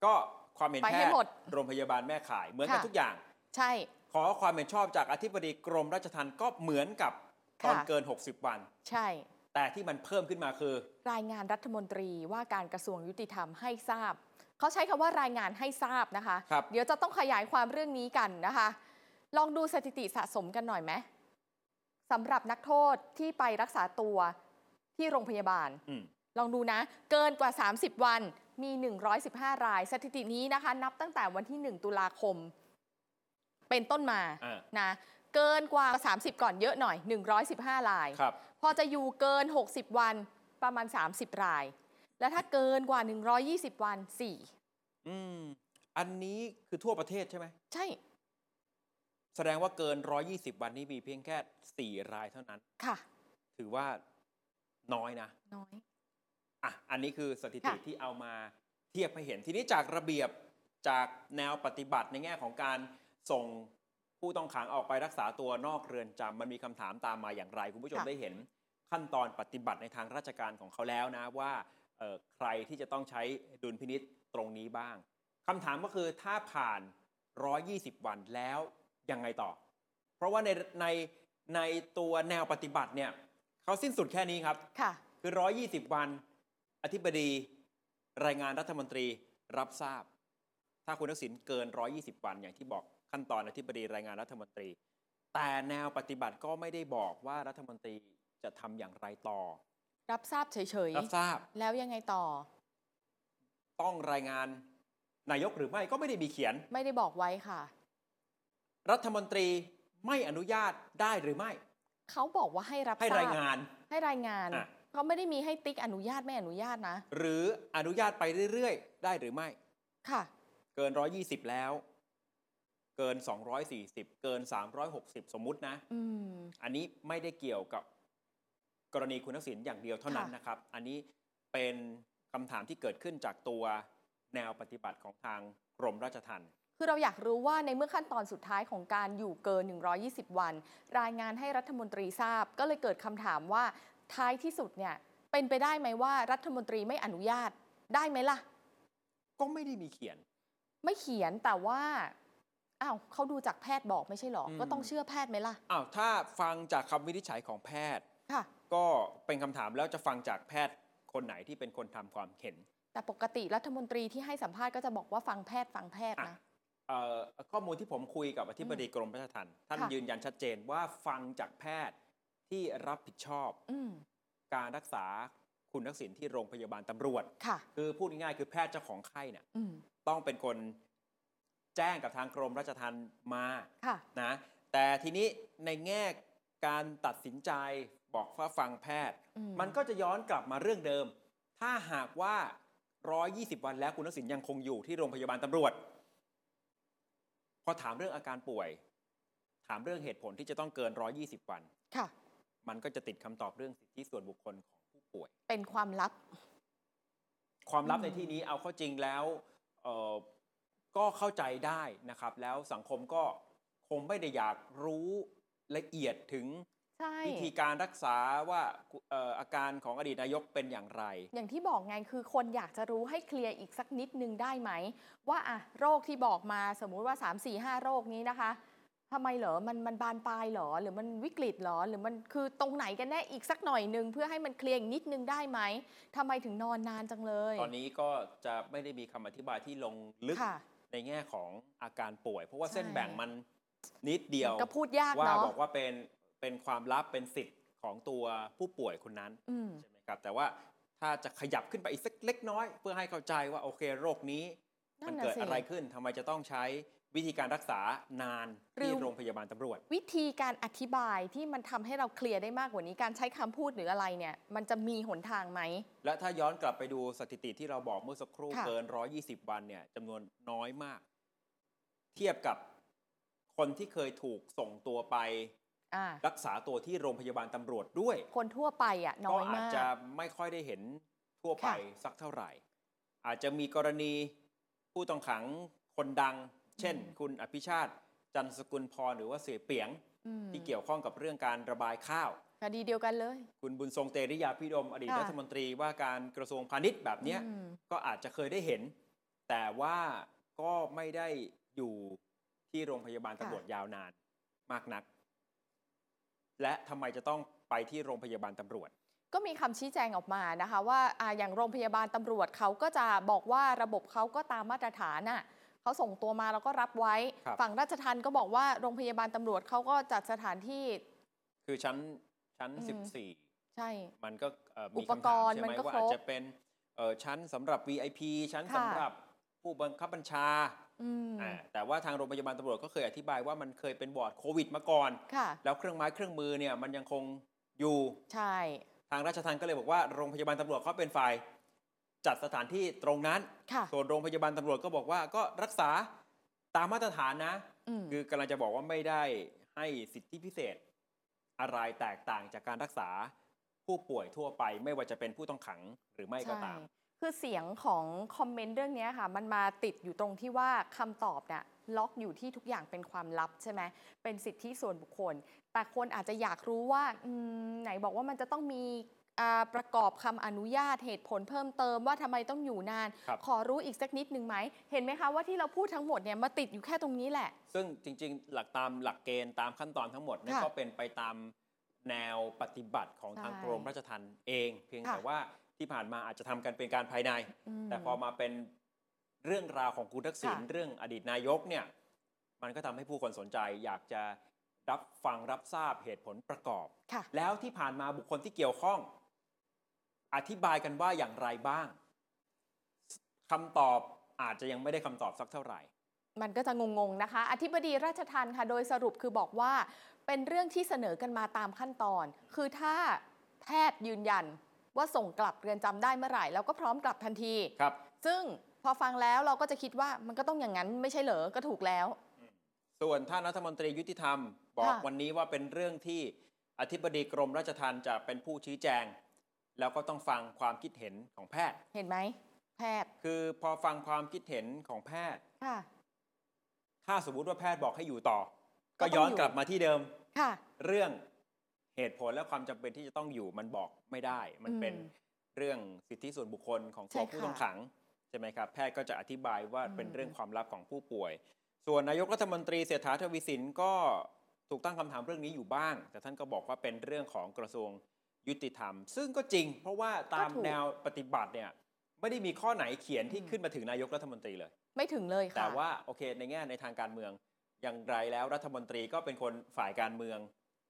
ก็ความเห็น ไป แพ ให้ ทย์ หมด โรงพยาบาลแม่ข่าย เหมือนกัน ค่ะ ทุกอย่าง ใช่ ขอความเห็นชอบจากอธิบดีกรมราชทัณฑ์ก็เหมือนกับตอน ค่ะ เกิน 60 วัน ใช่ แต่ที่มันเพิ่มขึ้นมาคือ รายงานรัฐมนตรีว่าการกระทรวงยุติธรรมให้ทราบ เขาใช้คำว่ารายงานให้ทราบนะคะ ครับ เดี๋ยวจะต้องขยายความเรื่องนี้กันนะคะ ลองดูสถิติสะสมกันหน่อยไหมสำหรับนักโทษที่ไปรักษาตัวที่โรงพยาบาล อืม ลองดูนะ เกินกว่า 30 วันมี 115 ราย สถิตินี้นะคะ นับตั้งแต่วันที่ 1 ตุลาคม เป็นต้นมา อ่า นะเกินกว่า 30 ก่อนเยอะหน่อย 115 ราย ครับ พอจะอยู่เกิน 60 วันประมาณ 30 ราย แล้วถ้าเกินกว่า 120 วัน 4 อืมอันนี้คือทั่วประเทศใช่ไหม ใช่ แสดงว่าเกิน 120 วันนี้มีเพียงแค่ 4 รายเท่านั้น ค่ะ ถือว่าน้อยนะ น้อย อ่ะ อันนี้คือสถิติ ค่ะ ที่เอามาเทียบให้เห็น ทีนี้จากระเบียบจากแนวปฏิบัติในแง่ของการส่งผู้ต้องขังออกไปรักษาตัวนอกเรือนจำมันมีคำถามตามมาอย่างไร คุณผู้ชมได้เห็นขั้นตอนปฏิบัติในทางราชการของเขาแล้วนะว่าเอ่อใครที่จะต้องใช้ดุลพินิษตรงนี้บ้างคำถามก็คือถ้าผ่าน 120 วันแล้วยังไงต่อ เพราะว่าในในในตัวแนวปฏิบัติเนี่ยเขาสิ้นสุดแค่นี้ครับ ค่ะ คือ 120 วัน อธิบดี รายงานรัฐมนตรีรับทราบ ถ้าคุณทักษิณเกิน 120 วัน อย่างที่บอกขั้นตอนอธิบดีรายงานรัฐมนตรี แต่แนวปฏิบัติก็ไม่ได้บอกว่ารัฐมนตรีจะทำอย่างไรต่อ รับทราบเฉย รับทราบ ๆ แล้วยังไงต่อ ต้องรายงานนายกหรือไม่ก็ไม่ได้มีเขียน ไม่ได้บอกไว้ค่ะ รัฐมนตรีไม่อนุญาตได้หรือไม่ เขาบอกว่าให้รับ ให้ ทราบ รายงาน ให้รายงาน อ่ะ เขาไม่ได้มีให้ติ๊กอนุญาตไม่อนุญาตนะ หรืออนุญาตไปเรื่อยๆ ได้หรือไม่ ค่ะ เกิน 120 แล้ว เกิน 240 เกิน 360 สมมุตินะ อืม อันนี้ไม่ได้เกี่ยวกับกรณีคุณทักษิณอย่างเดียวเท่านั้น ค่ะ นะครับ อันนี้เป็นคำถามที่เกิดขึ้นจากตัวแนวปฏิบัติของทางกรมราชทัณฑ์ คือเราอยากรู้ว่าในเมื่อขั้นตอนสุดท้ายของการอยู่เกิน 120 วัน รายงานให้รัฐมนตรีทราบ ก็เลยเกิดคำถามว่าท้ายที่สุดเนี่ย เป็นไปได้ไหมว่ารัฐมนตรีไม่อนุญาตได้ไหมล่ะ ก็ไม่ได้มีเขียน ไม่เขียนแต่ว่าอ้าวเขาดูจากแพทย์บอกไม่ใช่เหรอ อืม ก็ต้องเชื่อแพทย์ไหมล่ะ อ้าวถ้าฟังจากคำวินิจฉัยของแพทย์ ค่ะ ก็เป็นคำถามแล้วจะฟังจากแพทย์คนไหนที่เป็นคนทำความเห็น แต่ปกติรัฐมนตรีที่ให้สัมภาษณ์ก็จะบอกว่าฟังแพทย์ฟังแพทย์ อ่ะ นะ เอ่อข้อมูลที่ผมคุยกับอธิบดีกรมราชทัณฑ์ท่าน ค่ะ ยืนยันชัดเจนว่าฟังจากแพทย์ที่รับผิดชอบ อืม การรักษาคุณทักษิณที่โรงพยาบาลตำรวจ ค่ะ คือพูดง่ายๆคือแพทย์เจ้าของไข้เนี่ย อืม ต้องเป็นคนแจ้งกับทางกรมราชทัณฑ์มา ค่ะ นะแต่ทีนี้ในแง่การตัดสินใจบอกว่าฟังแพทย์ อื มันก็จะย้อนกลับมาเรื่องเดิม ถ้าหากว่า 120 วันแล้วคุณทักษิณยังคงอยู่ที่โรงพยาบาลตำรวจ พอถามเรื่องอาการป่วย ถามเรื่องเหตุผลที่จะต้องเกิน 120 วัน ค่ะ มันก็จะติดคำตอบเรื่องสิทธิส่วนบุคคลของผู้ป่วย เป็นความลับ ความลับ อืม ในที่นี้เอาเข้าจริงแล้วเอ่อก็เข้าใจได้นะครับ แล้วสังคมก็คงไม่ได้อยากรู้ละเอียดถึง ใช่ วิธีการรักษาว่าเอ่ออาการของอดีตนายกเป็นอย่างไร อย่างที่บอกไงคือคนอยากจะรู้ให้เคลียร์อีกสักนิดนึงได้ไหม ว่าอะโรคที่บอกมาสมมุติว่า 3 4 5 โรคนี้นะคะทำไมเหรอมันมันบานปลายเหรอ หรือมันวิกฤตเหรอ หรือมันคือตรงไหนกันแน่อีกสักหน่อยนึง เพื่อให้มันเคลียร์อีกนิดนึงได้ไหมทำไมถึงนอนนานจังเลย ตอนนี้ก็จะไม่ได้มีคำอธิบายที่ลงลึก ค่ะ ในแง่ของอาการป่วย เพราะว่า ใช่ เส้นแบ่งมันนิดเดียว ก็พูดยาก ว่า เนาะ บอกว่าเป็นเป็นความลับเป็นสิทธิ์ของตัวผู้ป่วยคนนั้น อืม ใช่ไหมครับแต่ว่าถ้าจะขยับขึ้นไปอีกสักเล็กน้อย เพื่อให้เข้าใจว่าโอเคโรคนี้ มันเกิดอะไรขึ้นทำไมจะต้องใช้วิธีการรักษานาน หรือ ที่โรงพยาบาลตำรวจ วิธีการอธิบายที่มันทำให้เราเคลียร์ได้มากกว่านี้การใช้คำพูดหรืออะไรเนี่ย มันจะมีหนทางไหม และถ้าย้อนกลับไปดูสถิติที่เราบอกเมื่อสักครู่ ค่ะ เกิน 120 วันเนี่ยจำนวนน้อยมาก เทียบกับคนที่เคยถูกส่งตัวไป อ่า รักษาตัวที่โรงพยาบาลตำรวจด้วย คนทั่วไปอ่ะน้ ก็ อย อาจ มาก จะไม่ค่อยได้เห็นทั่วไป ค่ะ สักเท่าไหร่ อาจจะมีกรณีผู้ต้องขังคนดัง เช่น คุณอภิชาติ จันทร์สกุลพรหรือว่าเสียเปียง อืม ที่เกี่ยวข้องกับเรื่องการระบายข้าว คดีเดียวกันเลย คุณบุญทรงเตริยาพิรมอดีต ค่ะ รัฐมนตรีว่าการกระทรวงพาณิชย์แบบเนี้ย อืม ก็อาจจะเคยได้เห็น แต่ว่าก็ไม่ได้อยู่ที่โรงพยาบาลตำรวจยาวนานมากนัก และทำไมจะต้องไปที่โรงพยาบาลตำรวจ ก็มีคำชี้แจงออกมานะคะว่าอ่าอย่างโรงพยาบาลตำรวจเขาก็จะบอกว่าระบบเขาก็ตามมาตรฐานน่ะเขาส่งตัวมาแล้วก็รับไว้ ครับ ฝั่งราชทันก็บอกว่าโรงพยาบาลตำรวจเขาก็จัดสถานที่ คือชั้นชั้น อืม 14 ใช่ มันก็เอ่อมี อุป คำ ก ถาม รณ์ ใช่ไห มั ม นก็ ว่า ครบ อาจจะเป็นเอ่อชั้นสำหรับ VIP ชั้น ค่ะ สำหรับผู้บังคับบัญชา อืม อ่าแต่ว่าทางโรงพยาบาลตำรวจก็เคยอธิบายว่ามันเคยเป็นวอร์ดโควิดมาก่อน ค่ะ แล้วเครื่องไม้เครื่องมือเนี่ยมันยังคงอยู่ ใช่ ทางราชทัณฑ์ก็เลยบอกว่าโรงพยาบาลตำรวจเขาเป็นฝ่ายจัดสถานที่ตรงนั้น ค่ะ ส่วนโรงพยาบาลตำรวจก็บอกว่าก็รักษาตามมาตรฐานนะ อืม คือกำลังจะบอกว่าไม่ได้ให้สิทธิพิเศษ อะไรแตกต่างจากการรักษาผู้ป่วยทั่วไป ไม่ว่าจะเป็นผู้ต้องขังหรือไม่ก็ ใช่ ตาม คือเสียงของคอมเมนต์เรื่องเนี้ยค่ะ มันมาติดอยู่ตรงที่ว่าคำตอบเนี่ยล็อกอยู่ที่ทุกอย่างเป็นความลับใช่ไหม เป็นสิทธิส่วนบุคคล แต่คนอาจจะอยากรู้ว่าอืมไหนบอกว่ามันจะต้องมีอ่าประกอบคำอนุญาตเหตุผลเพิ่มเติมว่าทำไมต้องอยู่นาน ครับ ขอรู้อีกสักนิดหนึ่งไหม เห็นไหมคะว่าที่เราพูดทั้งหมดเนี่ยมาติดอยู่แค่ตรงนี้แหละ ซึ่งจริงๆ หลักตามหลักเกณฑ์ตามขั้นตอนทั้งหมดเนี่ย ค่ะ ก็เป็นไปตามแนวปฏิบัติของทาง ใช่ กรมราชทัณฑ์เองเพียง ค่ะ แต่ว่าที่ผ่านมาอาจจะทำกันเป็นการภายใน ม แต่พอมาเป็นเรื่องราวของคุณทักษิณ ค่ะ เรื่องอดีตนายกเนี่ย มันก็ทำให้ผู้คนสนใจ อยากจะรับฟังรับทราบเหตุผลประกอบ ค่ะ แล้วที่ผ่านมาบุคคลที่เกี่ยวข้อง อธิบายกันว่าอย่างไรบ้างคำตอบอาจจะยังไม่ได้คำตอบสักเท่าไหร่ มันก็จะงงๆนะคะ อธิบดีราชทันค่ะ โดยสรุปคือบอกว่า เป็นเรื่องที่เสนอกันมาตามขั้นตอน คือถ้าแพทย์ยืนยัน ว่าส่งกลับเรือนจำได้เมื่อไหร่แล้วก็พร้อมกลับทันที ครับ ซึ่งพอฟังแล้วเราก็จะคิดว่ามันก็ต้องอย่างนั้นไม่ใช่เหรอก็ถูกแล้ว ส่วนท่านรัฐมนตรียุติธรรม บอก ค่ะ วันนี้ว่าเป็นเรื่องที่อธิบดีกรมราชทัณฑ์จะเป็นผู้ชี้แจง แล้วก็ต้องฟังความคิดเห็นของแพทย์ เห็นไหม แพทย์ คือพอฟังความคิดเห็นของแพทย์ ค่ะ ถ้าสมมุติว่าแพทย์บอกให้อยู่ต่อ ก็ต้องก็ย้อน อยู่ กลับมาที่เดิม ค่ะ เรื่องเหตุผลและความจำเป็นที่จะต้องอยู่มันบอกไม่ได้ มันเป็น อืม เรื่องสิทธิส่วนบุคคลของ ใช่ ตัว ค่ะ ผู้ต้องขังใช่ไหมครับ แพทย์ก็จะอธิบายว่า อืม เป็นเรื่องความลับของผู้ป่วย ส่วนนายกรัฐมนตรีเศรษฐาทวีสินก็ถูกตั้งคำถามเรื่องนี้อยู่บ้าง แต่ท่านก็บอกว่าเป็นเรื่องของกระทรวงยุติธรรม ซึ่งก็จริง เพราะว่าตาม ก็ถูก แนวปฏิบัติเนี่ยไม่ได้มีข้อไหนเขียนที่ อืม ขึ้นมาถึงนายกรัฐมนตรีเลย ไม่ถึงเลยค่ะ แต่ว่าโอเคในแง่ในทางการเมืองอย่างไรแล้วรัฐมนตรีก็เป็นคนฝ่ายการเมือง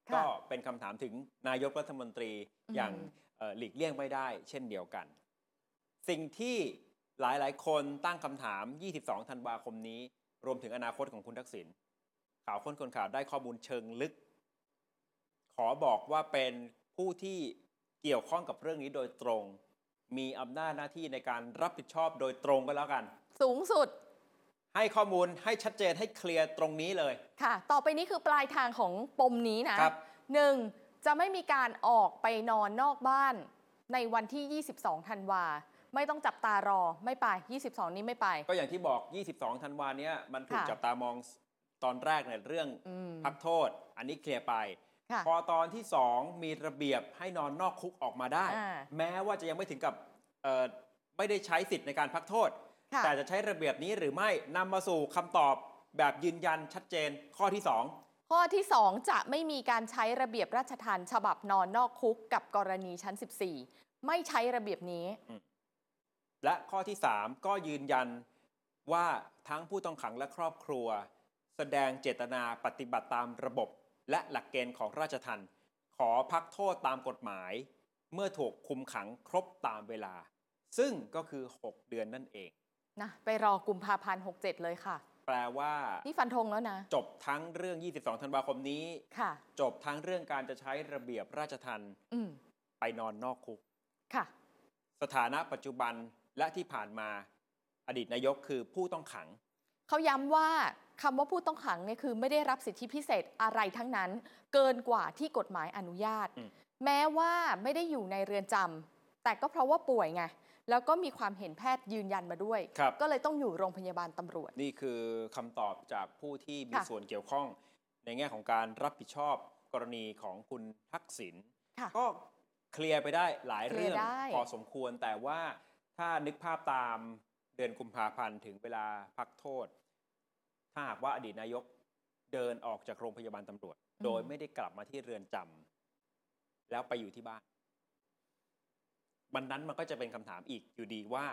ค่ะ ก็เป็นคำถามถึงนายกรัฐมนตรี อืม อย่างเอ่อหลีกเลี่ยงไม่ได้ เช่นเดียวกัน สิ่งที่หลายๆ คนตั้งคำถาม 22 ธันวาคมนี้ รวมถึงอนาคตของคุณทักษิณข่าวค้นคนข่าวได้ข้อมูลเชิงลึก ขอบอกว่าเป็นผู้ที่เกี่ยวข้องกับเรื่องนี้โดยตรง มีอำนาจหน้าที่ในการรับผิดชอบโดยตรงก็แล้วกัน สูงสุด ให้ข้อมูลให้ชัดเจนให้เคลียร์ตรงนี้เลย ค่ะ ต่อไปนี้คือปลายทางของปมนี้นะครับ หนึ่งจะไม่มีการออกไปนอนนอกบ้านในวันที่ 22 ธันวา ไม่ต้องจับตารอไม่ไป 22 นี้ไม่ไป ก็อย่างที่บอก 22 ธันวาเนี้ยมันถูก ค่ะ จับตามองตอนแรกในยเรื่อง อืม พักโทษ อันนี้เคลียร์ไป ค่ะ พอตอนที่ 2 มีระเบียบให้นอนนอกคุกออกมาได้ อ่า แม้ว่าจะยังไม่ถึงกับเอ่อไม่ได้ใช้สิทธิ์ในการพักโทษ ค่ะ แต่จะใช้ระเบียบนี้หรือไม่นำมาสู่คำตอบแบบยืนยันชัดเจนข้อที่ 2 ข้อที่ 2 จะไม่มีการใช้ระเบียบราชทานฉบับนอนนอกคุกกับกรณีชั้น 14 ไม่ใช้ระเบียบนี้ และข้อที่ 3 ก็ยืนยันว่าทั้งผู้ต้องขังและครอบครัว แสดงเจตนาปฏิบัติตามระบบ และหลักเกณฑ์ของราชทัณฑ์ขอพักโทษตามกฎหมาย เมื่อถูกคุมขังครบตามเวลา ซึ่งก็คือ 6 เดือนนั่นเอง นะ ไปรอกุมภาพันธ์67 เลยค่ะ แปลว่า นี่ฟันธงแล้วนะ จบทั้งเรื่อง 22 ธันวาคมนี้ ค่ะ จบทั้งเรื่องการจะใช้ระเบียบราชทัณฑ์ อืม ไปนอนนอกคุก ค่ะ สถานะปัจจุบันและที่ผ่านมาอดีตนายกคือผู้ต้องขัง เขาย้ำว่าคำว่าผู้ต้องขังเนี่ยคือไม่ได้รับสิทธิพิเศษอะไรทั้งนั้น เกินกว่าที่กฎหมายอนุญาต อืม แม้ว่าไม่ได้อยู่ในเรือนจำแต่ก็เพราะว่าป่วยไง แล้วก็มีความเห็นแพทย์ยืนยันมาด้วย ครับ ก็เลยต้องอยู่โรงพยาบาลตำรวจ นี่คือคำตอบจากผู้ที่มี ค่ะ ส่วนเกี่ยวข้อง ในแง่ของการรับผิดชอบกรณีของคุณทักษิณ ค่ะ ก็เคลียร์ไปได้หลาย เคลียร์ เรื่อง ได้ พอสมควรแต่ว่าถ้านึกภาพตามเดือนกุมภาพันธ์ถึงเวลาพักโทษ ถ้าหากว่าอดีตนายกเดินออกจากโรงพยาบาลตำรวจ โดยไม่ได้กลับมาที่เรือนจำแล้วไปอยู่ที่บ้าน วันนั้นมันก็จะเป็นคำถามอีกอยู่ดีว่า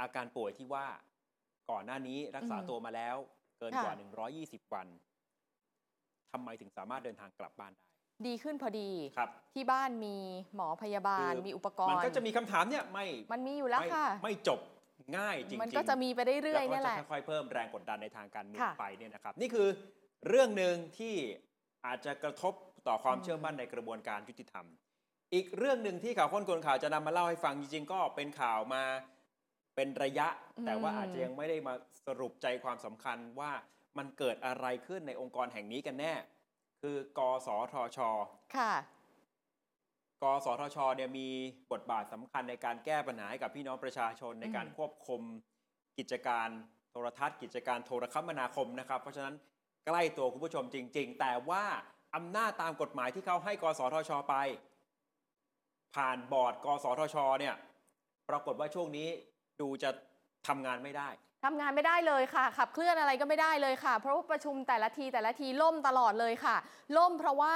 อาการป่วยที่ว่าก่อนหน้านี้รักษา อืม ตัวมาแล้ว เกินกว่า ค่ะ 120 วันทำไมถึงสามารถเดินทางกลับบ้านได้ ดีขึ้นพอดี ครับ ที่บ้านมีหมอพยาบาล คือ มีอุปกร มัน ณ์ ก็จะมีคำถามเนี่ยไม่ มันมีอยู่แล้ว ไม่ ค่ะ ไม่จบง่ายจริงๆ มันก็จะมีไปเรื่อยๆ แล้ เนี่ วย ก็ แห จะ ละ ค่อยๆเพิ่มแรงกดดันในทางการเมือง ค่ะ ไปเนี่ยนะครับ นี่คือเรื่องหนึ่งที่อาจจะกระทบต่อความเชื่อมั่นในกระบวนการยุติธรรม อีกเรื่องหนึ่งที่ข่าวค้นคนข่าวจะนำมาเล่าให้ฟังจริงๆ ก็เป็นข่าวมาเป็นระยะ แต่ว่าอาจจะยังไม่ได้มาสรุปใจความสำคัญว่ามันเกิดอะไรขึ้นในองค์กรแห่งนี้กันแน่ คือกสทช ค่ะ กสทชเนี่ยมีบทบาทสำคัญในการแก้ปัญหาให้กับพี่น้องประชาชนในการ อืม ควบคุมกิจการโทรทัศน์ กิจการโทรคมนาคมนะครับ เพราะฉะนั้นใกล้ตัวคุณผู้ชมจริง ๆ แต่ว่าอำนาจตามกฎหมายที่เขาให้กสทชไป ผ่านบอร์ด กสทชเนี่ยปรากฏว่าช่วงนี้ดูจะทำงานไม่ได้ ทำงานไม่ได้เลยค่ะ ขับเคลื่อนอะไรก็ไม่ได้เลยค่ะ เพราะว่าประชุมแต่ละทีแต่ละทีล่มตลอดเลยค่ะ ล่มเพราะว่า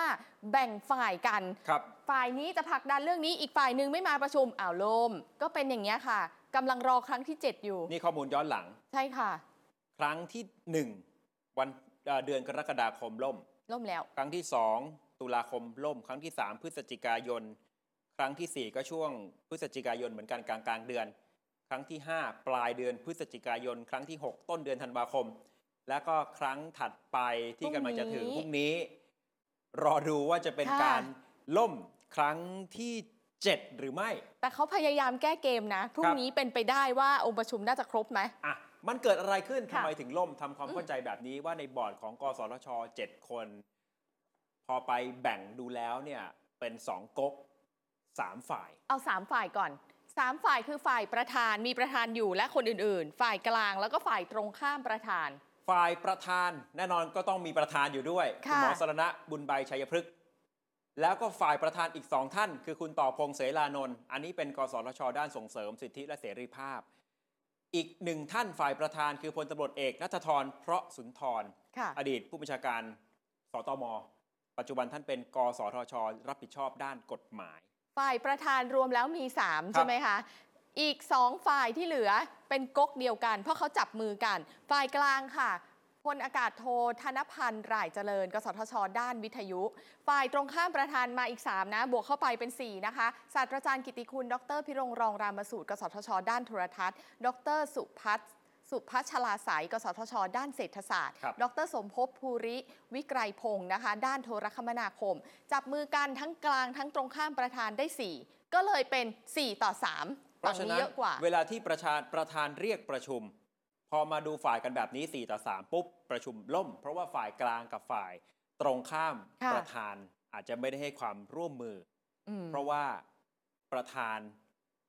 แบ่งฝ่ายกัน ครับ ฝ่ายนี้จะผลักดันเรื่องนี้อีกฝ่ายหนึ่งไม่มาประชุมอ้าวล่ม ก็เป็นอย่างนี้ยค่ะกำลังรอครั้งที่ 7 อยู่ นี่ข้อมูลย้อนหลัง ใช่ค่ะ ครั้งที่หนึ่งวันเอ่อเดือนกรกฎาคมล่ม ล่มแล้ว ครั้งที่ 2 ตุลาคมล่ม ครั้งที่ 3 พฤศจิกายน ครั้งทีสี่ 4 ก็ช่วงพฤศจิกายนเหมือนกันกลางกลางๆเดือน ครั้งที่ 5 ปลายเดือนพฤศจิกายน ครั้งที่ 6 ต้นเดือนธันวาคม แล้วก็ครั้งถัดไปที่กำลังจะถึง พ พ รุ่ รุ่ ง ง นี้ นี้ รอดูว่าจะเป็น ค่ะ การล่มครั้งที่ 7 หรือไม่ แต่เขาพยายามแก้เกมนะ พรุ่ ค ง รับ นี้เป็นไปได้ว่าองค์ประชุมน่าจะครบไหม อ่ะ มันเกิดอะไรขึ้นทำ ค่ะ ไมถึงล่มทำความเข้าใจแบบนี้ว่าในบอร์ดของกสทชเจ็ดคน พอไปแบ่งดูแล้วเนี่ย เป็นสองก๊กสามฝ่าย เอา 3 ฝ่ายก่อน 3 ฝ่ายคือฝ่ายประธานมีประธานอยู่และคนอื่นๆ ฝ่ายกลางแล้วก็ฝ่ายตรงข้ามประธาน ฝ่ายประธานแน่นอนก็ต้องมีประธานอยู่ด้วย ค่ะ ณหมอสรณะบุญใบชัยพฤกษ์แล้วก็ฝ่ายประธานอีกสองท่าน คือคุณต่อพงษ์เสรานนท์อันนี้เป็นกสทช ด้านส่งเสริมสิทธิและเสรีภาพ อีกหนึ่งท่านฝ่ายประธานคือพลตำรวจเอกนัทธรเพราะสุนทร ค่ะ อดีตผู้บัญชาการสตม ปัจจุบันท่านเป็นกสทช รับผิดชอบด้านกฎหมาย ฝ่ายประธานรวมแล้วมี 3 ใช่ไหมคะ อีก 2 ฝ่ายที่เหลือเป็นก๊กเดียวกัน เพราะเขาจับมือกัน ฝ่ายกลางค่ะพลอากาศโทธนพันธ์ร่ายเจริญ กสทช ด้านวิทยุ ฝ่ายตรงข้ามประธานมาอีก 3 นะ บวกเข้าไปเป็น 4 นะคะ ศาสตราจารย์กิติคุณ ดรพิรงค์รองรามสูตร กสทช ด้านโทรทัศน์ ดรสุพัฒน์สุพัชลาสายกสทช ด้านเศรษฐศาสตร์ ครับ ดรสมภพภูริ วิไกรพงศ์นะคะ ด้านโทรคมนาคม จับมือกันทั้งกลางทั้งตรงข้ามประธานได้ 4 ก็เลยเป็น 4 ต่อ3 เพ ฝั่ง ราะฉะ นี้ นั้น เยอะกว่า เวลาที่ประชาประธานเรียกประชุม พอมาดูฝ่ายกันแบบนี้ 4 ต่อ 3 ปุ๊บ ประชุมล่ม เพราะว่าฝ่ายกลางกับฝ่ายตรงข้าม ค่ะ ประธานอาจจะไม่ได้ให้ความร่วมมือ อืม เพราะว่าประธาน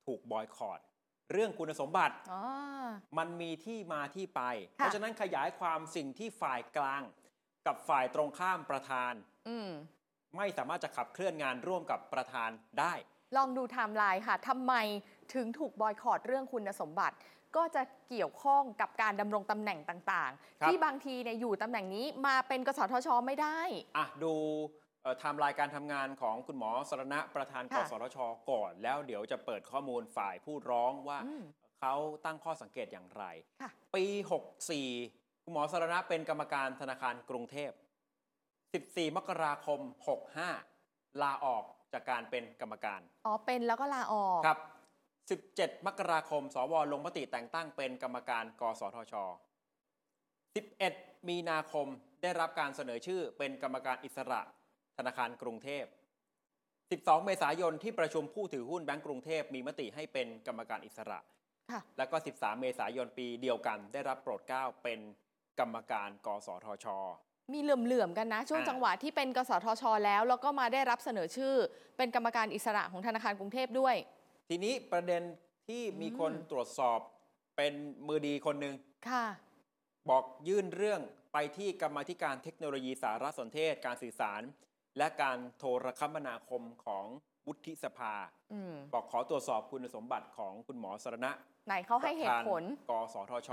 ถูกบอยคอรดเรื่องคุณสมบัติ อ๋อ มันมีที่มาที่ไป เพราะฉะนั้นขยายความสิ่งที่ฝ่ายกลาง กับฝ่ายตรงข้ามประธาน อืม ไม่สามารถจะขับเคลื่อนงานร่วมกับประธานได้ ลองดูไทม์ไลน์ค่ะ ทำไมถึงถูกบอยคอรดเรื่องคุณสมบัติ ก็จะเกี่ยวข้องกับการดำรงตำแหน่งต่าง ครั ๆ บ ที่บางทีเนี่ยอยู่ตำแหน่งนี้มาเป็นกสทช ไม่ได้ อ่ะดูเอ่อไทม์ไลน์การทำงานของคุณหมอสรณะประธานก ค่ะ สทช ก่อน แล้วเดี๋ยวจะเปิดข้อมูลฝ่ายผู้ร้องว่า อืม เขาตั้งข้อสังเกตอย่างไร ค่ะ ปี 64 คุณหมอสรณะเป็นกรรมการธนาคารกรุงเทพ 14 มกราคม 65 ลาออกจากการเป็นกรรมการ อ๋อเป็นแล้วก็ลาออก ครับ 17 มกราคม สว ลงมติแต่งตั้งเป็นกรรมการ กสทช 11 มีนาคม ได้รับการเสนอชื่อเป็นกรรมการอิสระ ธนาคารกรุงเทพ 12 เมษายนที่ประชุมผู้ถือหุ้นแบงก์กรุงเทพมีมติให้เป็นกรรมการอิสระ ค่ะ แล้วก็ 13 เมษายนปีเดียวกัน ได้รับโปรดเกล้าเป็นกรรมการ กสทช มีเหลื่อมๆกันนะ ช่วง อ่า จังหวะที่เป็นกสทช แล้ว แล้วก็มาได้รับเสนอชื่อ เป็นกรรมการอิสระของธนาคารกรุงเทพด้วย ทีนี้ประเด็นที่มีคน อืม ตรวจสอบเป็นมือดีคนหนึ่ง ค่ะ บอกยื่นเรื่องไปที่กรรมาธิการเทคโนโลยีสารสนเทศ การสื่อสาร และการโทรคมนาคมของวุฒิสภา อืม บอกขอตรวจสอบคุณสมบัติของคุณหมอสรณะ ไหนเขาให้เหตุผล ประธานกสทช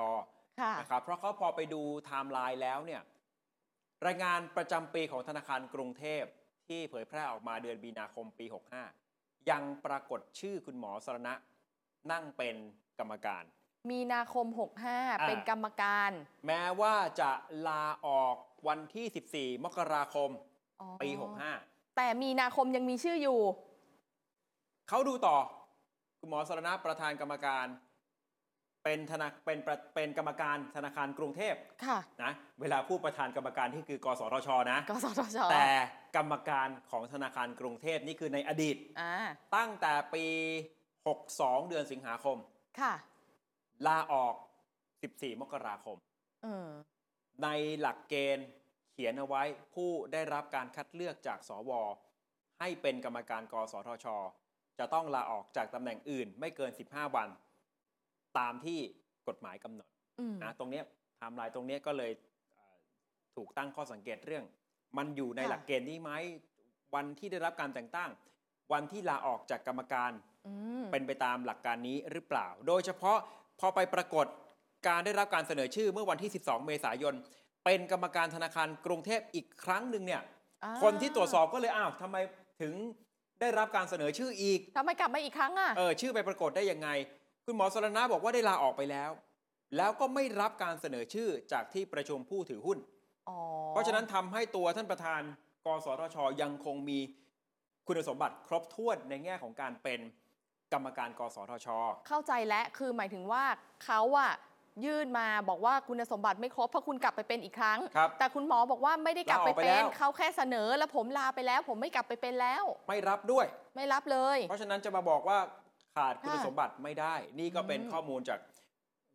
ค่ะ นะครับเพราะเขาพอไปดูไทม์ไลน์แล้วเนี่ยรายงานประจำปีของธนาคารกรุงเทพที่เผยแพร่ออกมาเดือนมีนาคมปี 65 ยังปรากฏชื่อคุณหมอสรณะนั่งเป็นกรรมการ มีนาคม 65 เป็นกรรมการ แม้ว่าจะลาออกวันที่ 14 มกราคม อ๋อ ปี แต่มีนาคมยังมีชื่ออยู่ 65 เขาดูต่อ คุณหมอสรณะประธานกรรมการ เป็นธนาเป็นประเป็นกรรมการธนาคารกรุงเทพ ค่ะ นะ เวลาพูดประธานกรรมการที่คือกสทชนะ กสทช แต่กรรมการของธนาคารกรุงเทพนี่คือในอดีต อ่า ตั้งแต่ปี 62 เดือนสิงหาคม ค่ะ ลาออก 14 มกราคม เออ ในหลักเกณฑ์เขียนเอาไว้ผู้ได้รับการคัดเลือกจากสว ให้เป็นกรรมการกสทช จะต้องลาออกจากตำแหน่งอื่นไม่เกิน 15 วัน ตามที่กฎหมายกำหนด อืม นะตรงเนี้ยไทม์ไลน์ตรงเนี้ยก็เลยเอ่อถูกตั้งข้อสังเกตเรื่อง มันอยู่ใน ค่ะ หลักเกณฑ์นี้ไหมวันที่ได้รับการแต่งตั้ง วันที่ลาออกจากกรรมการ อืม เป็นไปตามหลักการนี้หรือเปล่า โดยเฉพาะพอไปปรากฏการได้รับการเสนอชื่อเมื่อวันที่ 12 เมษายน เป็นกรรมการธนาคารกรุงเทพอีกครั้งหนึ่งเนี่ย อ่า คนที่ตรวจสอบก็เลยอ้าวทำไมถึงได้รับการเสนอชื่ออีก ทำไมกลับมาอีกครั้งอ่ะ เออชื่อไปปรากฏได้ยังไง คุณหมอสรณะบอกว่าได้ลาออกไปแล้ว แล้วก็ไม่รับการเสนอชื่อจากที่ประชุมผู้ถือหุ้น อ๋อ เพราะฉะนั้นทำให้ตัวท่านประธาน กสทช ยังคงมีคุณสมบัติครบถ้วนในแง่ของการเป็นกรรมการ กสทช เข้าใจแล้วคือหมายถึงว่าเขาอะ ยื่นมาบอกว่าคุณสมบัติไม่ครบเพราะคุณกลับไปเป็นอีกครั้ง ครับ แต่คุณหมอบอกว่าไม่ได้กลับไป ลาออกไป เป็ แล้ น ว เขาแค่เสนอ แล้วผมลาไปแล้ว ผมไม่กลับไปเป็นแล้ว ไม่รับด้วย ไม่รับเลย เพราะฉะนั้นจะมาบอกว่าขาดคุณ ค่ะ สมบัติไม่ได้ นี่ก็เป็น อืม ข้อมูลจาก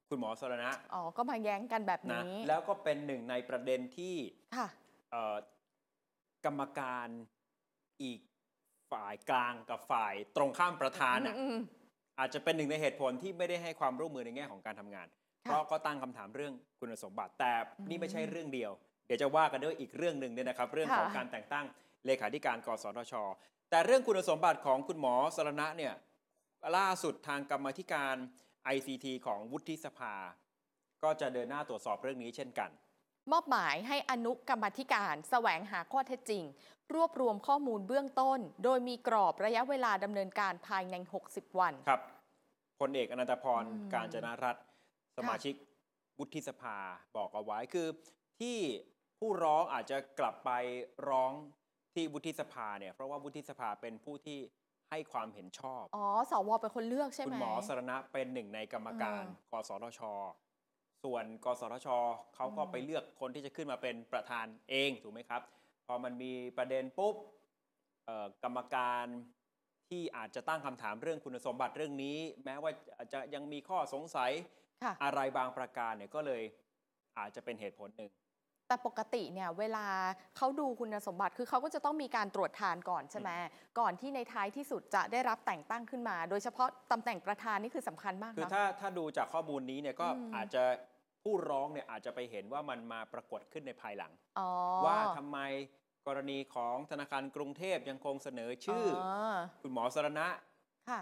คุณหมอสรณะ อ๋อก็มาแย้งกันแบบ นะ นี้ แล้วก็เป็นหนึ่งในประเด็นที่ ค่ะ เอ่อกรรมการอีกฝ่ายกลางกับฝ่ายตรงข้ามประธานน่ะ อืม อาจจะเป็นหนึ่งในเหตุผลที่ไม่ได้ให้ความร่วมมือในแง่ของการทำงาน เพราะก็ตั้งคำถามเรื่องคุณสมบัติ แต่นี่ไม่ใช่เรื่องเดียว เดี๋ยวจะว่ากันด้วยอีกเรื่องหนึ่งเนี่ยนะครับ เรื่องของ ค่ะ การแต่งตั้งเลขาธิการกสทช แต่เรื่องคุณสมบัติของคุณหมอสรณะเนี่ยล่าสุดทางกรรมาธิการ ICT ของวุฒิสภา ก็จะเดินหน้าตรวจสอบเรื่องนี้เช่นกัน มอบหมายให้อนุกรรมาธิการแสวงหาข้อเท็จจริง รวบรวมข้อมูลเบื้องต้น โดยมีกรอบระยะเวลาดำเนินการภายใน 60 วัน ครับพลเอกอนันตพร อืม กาญจนรัตน์สมาชิกวุฒิสภาบอกเอาไว้คือที่ผู้ร้องอาจจะกลับไปร้องที่วุฒิสภาเนี่ยเพราะว่าวุฒิสภาเป็นผู้ที่ให้ความเห็นชอบ ๋อสวเป็นคนเลือกใช่ คุ ไห ณ ม หมอสรณะเป็นหนึ่งในกรรมการ อ่าก สทช ส่วนกสทชเขาก็ อืม ไปเลือกคนที่จะขึ้นมาเป็นประธานเองถูกไหมครับ พอมันมีประเด็นปุ๊บเอ่อกรรมการที่อาจจะตั้งคำถามเรื่องคุณสมบัติเรื่องนี้ แม้ว่าจะยังมีข้อสงสัย ค่ะ อะไรบางประการเนี่ยก็เลยอาจจะเป็นเหตุผลหนึ่ง แต่ปกติเนี่ยเวลาเขาดูคุณสมบัติคือเขาก็จะต้องมีการตรวจทานก่อนใช่ไหมก่อนที่ในท้ายที่สุดจะได้รับแต่งตั้งขึ้นมา โดยเฉพาะตำแหน่งประธานนี่คือสำคัญมาก คือ เนาะ ถ้าถ้าดูจากข้อมูลนี้เนี่ยก็ อืม อาจจะผู้ร้องเนี่ยอาจจะไปเห็นว่ามันมาปรากฏขึ้นในภายหลัง อ๋อ ว่าทำไมกรณีของธนาคารกรุงเทพยังคงเสนอชื่ออ อ คุณหมอสรณะ ค่ะ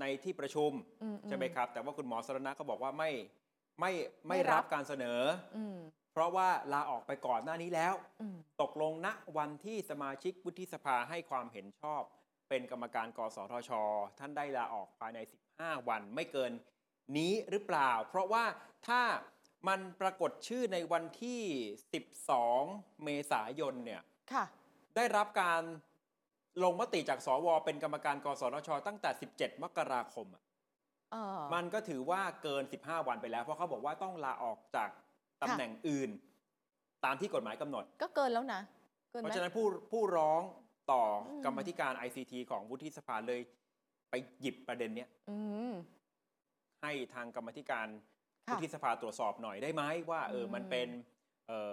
ในที่ประชุม อื ใช่ไหมครับ แต่ว่าคุณหมอสรณะก็บอกว่าไม่ไม่ ไม่ ไม่ รับ รับการเสนอ อืม เพราะว่าลาออกไปก่อนหน้านี้แล้ว อืม ตกลงณวันที่สมาชิกวุฒิสภาให้ความเห็นชอบ เป็นกรรมการกสทช ท่านได้ลาออกภายใน 15 วันไม่เกินนี้หรือเปล่า เพราะว่าถ้ามันปรากฏชื่อในวันที่ 12 เมษายนเนี่ย ค่ะ ได้รับการลงมติจากสว เป็นกรรมการกสทช ตั้งแต่ 17 มกราคมอะ เออ มันก็ถือว่าเกิน 15 วันไปแล้ว เพราะเขาบอกว่าต้องลาออกจากตำแหน่งอื่น ตามที่กฎหมายกำหนด ก็เกินแล้วนะ เกิน เพ ไหม ราะฉะนั้นผู้ผู้ร้องต่ออ ม กรรมาธิการ ICT ของวุฒิสภาเลย ไปหยิบประเด็นเนี้ย อืม ให้ทางกรรมาธิการ ค่ะ วุฒิสภาตรวจสอบหน่อยได้ไหมว่าเอออ ม มันเป็นเอ่อ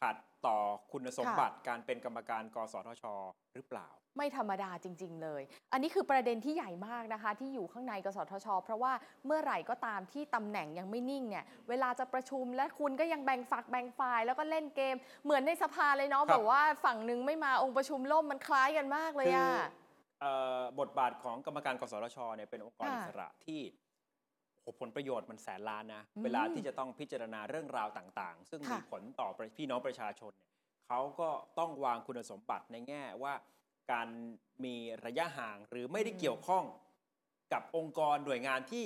ขัดต่อคุณสม ค่ะ บัติการเป็นกรรมการกสทช หรือเปล่า ไม่ธรรมดาจริง ๆ เลย อันนี้คือประเด็นที่ใหญ่มากนะคะ ที่อยู่ข้างในกสทช เพราะว่าเมื่อไหร่ก็ตามที่ตำแหน่งยังไม่นิ่งเนี่ย เวลาจะประชุมและคุณก็ยังแบ่งฝักแบ่งฝ่ายแล้วก็เล่นเกม เหมือนในสภาเลยเนาะ ครับ แบบว่าฝั่งหนึ่งไม่มาองค์ประชุมล่มมันคล้ายกันมากเลย คือ อะ เอ่อบทบาทของกรรมการกสทชเนี่ยเป็นองค์กร ค่ะ อิสระที่โอ้โหผลประโยชน์มันแสนล้านนะ อืม เวลาที่จะต้องพิจารณาเรื่องราวต่างๆ ซึ่ง ค่ะ มีผลต่อประพี่น้องประชาชนเนี่ยเขาก็ต้องวางคุณสมบัติในแง่ว่า การมีระยะห่างหรือไม่ได้เกี่ยวข้องกับองค์กรหน่วยงานที่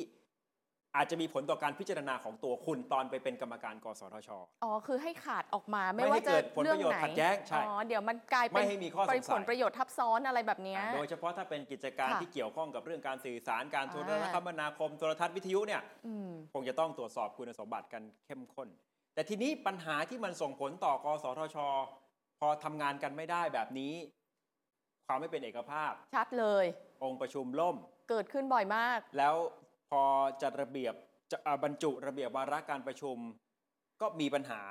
อาจจะมีผลต่อการพิจารณาของตัวคุณตอนไปเป็นกรรมการกสทช อ๋อ คือให้ขาดออกมาไม่ ไม่ให้ ว่าจะ เกิดผลประโยชน์ เอ ขัดแย้งใช่ อ๋อ เดี๋ยวมันกลายเป็ ไม่ น ให้มีข้อสง ผ สั ล ย ประโยชน์ทับซ้อนอะไรแบบเนี้ย อ่ะโดยเฉพาะถ้าเป็นกิจการ ค่ะ ที่เกี่ยวข้องกับเรื่องการสื่อสารการโทร อ่า คมนาคมโทรทัศน์วิทยุเนี่ย อืม คงจะต้องตรวจสอบคุณสมบัติกันเข้มข้น แต่ทีนี้ปัญหาที่มันส่งผลต่อกสทช พอทำงานกันไม่ได้แบบนี้ ความไม่เป็นเอกภาพ ชัดเลย องค์ประชุมล่ม เกิดขึ้นบ่อยมาก แล้วพอจัดระเบียบจะอ่าบรรจุระเบียบวาระการประชุม ก็มีปัญหา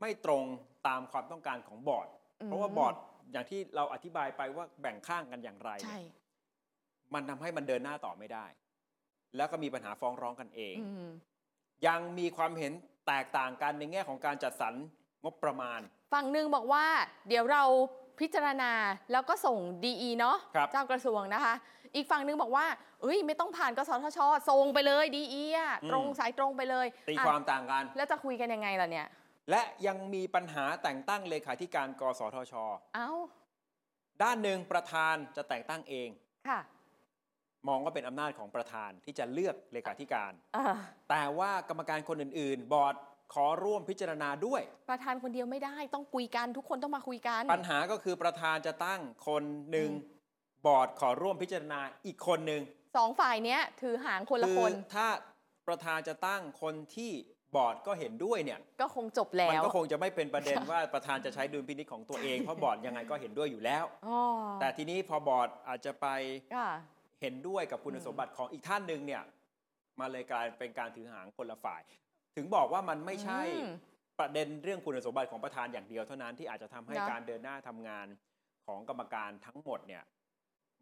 ไม่ตรงตามความต้องการของบอร์ด เพราะว่าบอร์ดอย่างที่เราอธิบายไปว่าแบ่งข้างกันอย่างไรเนี่ย ใช่ มันทำให้มันเดินหน้าต่อไม่ได้ แล้วก็มีปัญหาฟ้องร้องกันเอง อืม ยังมีความเห็นแตกต่างกันในแง่ของการจัดสรรงบประมาณ ฝั่งหนึ่งบอกว่าเดี๋ยวเราพิจารณาแล้วก็ส่งดีเนาะ ครับ เจ้ากระทรวงนะคะ อีกฝั่งหนึ่งบอกว่าเอ้ยไม่ต้องผ่านกสทชส่งไปเลยดีอ่ะตรงสายตรงไปเลย ตี อ่ะ ความต่างกัน แล้วจะคุยกันยังไงล่ะเนี่ย และยังมีปัญหาแต่งตั้งเลขาธิการกสทช เอ้า ด้านหนึ่งประธานจะแต่งตั้งเอง ค่ะ มองว่าเป็นอำนาจของประธานที่จะเลือกเลขาธิการ เอ่อ แต่ว่ากรรมการคนอื่น ๆ บอร์ดขอร่วมพิจารณาด้วย ประธานคนเดียวไม่ได้ต้องคุยกันทุกคนต้องมาคุยกัน ปัญหาก็คือประธานจะตั้งคนหนึ่ง อื บอร์ดขอร่วมพิจารณาอีกคนหนึ่ง สองฝ่ายเนี้ยถือหางคนละคน อถ้า ประธานจะตั้งคนที่บอร์ดก็เห็นด้วยเนี่ย ก็คงจบแล้ มัน ว ก็คงจะไม่เป็นประเด็นว่าประธานจะใช้ดุลพินิจของตัวเองเพราะบอร์ดยังไงก็เห็นด้วยอยู่แล้ว อ๋อ แต่ทีนี้พอบอร์ดอาจจะไป ค่ะ เห็นด้วยกับคุณ อืม สมบัติของอีกท่านหนึ่งเนี่ยมาเลยกลายเป็นการถือหางคนละฝ่าย ถึงบอกว่ามันไม่ใช่ อืม ประเด็นเรื่องคุณสมบัติของประธานอย่างเดียวเท่านั้นที่อาจจะทำให้ เนอะ การเดินหน้าทำงานของกรรมการทั้งหมดเนี่ย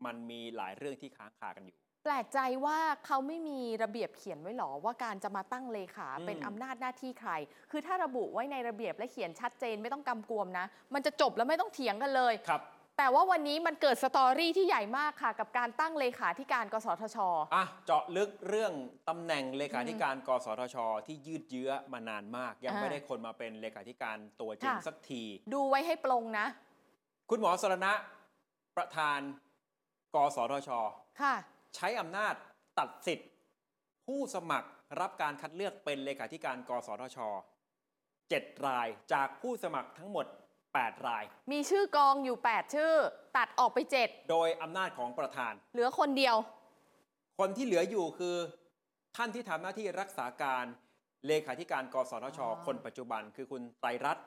มันมีหลายเรื่องที่ค้างคากันอยู่ แปลกใจว่าเขาไม่มีระเบียบเขียนไว้หรอว่าการจะมาตั้งเลขา อืม เป็นอำนาจหน้าที่ใคร คือถ้าระบุไว้ในระเบียบและเขียนชัดเจนไม่ต้องกำกวมนะ มันจะจบแล้วไม่ต้องเถียงกันเลย ครับ แต่ว่าวันนี้มันเกิดสตอรี่ที่ใหญ่มากค่ะ กับการตั้งเลขาธิการกสทช อ่ะเจาะลึกเรื่องตำแหน่งเลขาธิการกสทช ที่ยืดเยื้อมานานมาก ยัง อ่า ไม่ได้คนมาเป็นเลขาธิการตัวจริง ค่ะ สักที ดูไว้ให้ปรงนะ คุณหมอสรณะประธาน กสทช ค่ะ ใช้อำนาจตัดสิทธิ์ ผู้สมัครรับการคัดเลือกเป็นเลขาธิการ กสทช 7 รายจากผู้สมัครทั้งหมด 8 ราย มีชื่อกองอยู่ 8 ชื่อ ตัดออกไป 7 โดยอำนาจของประธาน เหลือคนเดียว คนที่เหลืออยู่คือท่านที่ทำหน้าที่รักษาการเลขาธิการ กสทช อ๋อ คนปัจจุบันคือคุณไตรรัตน์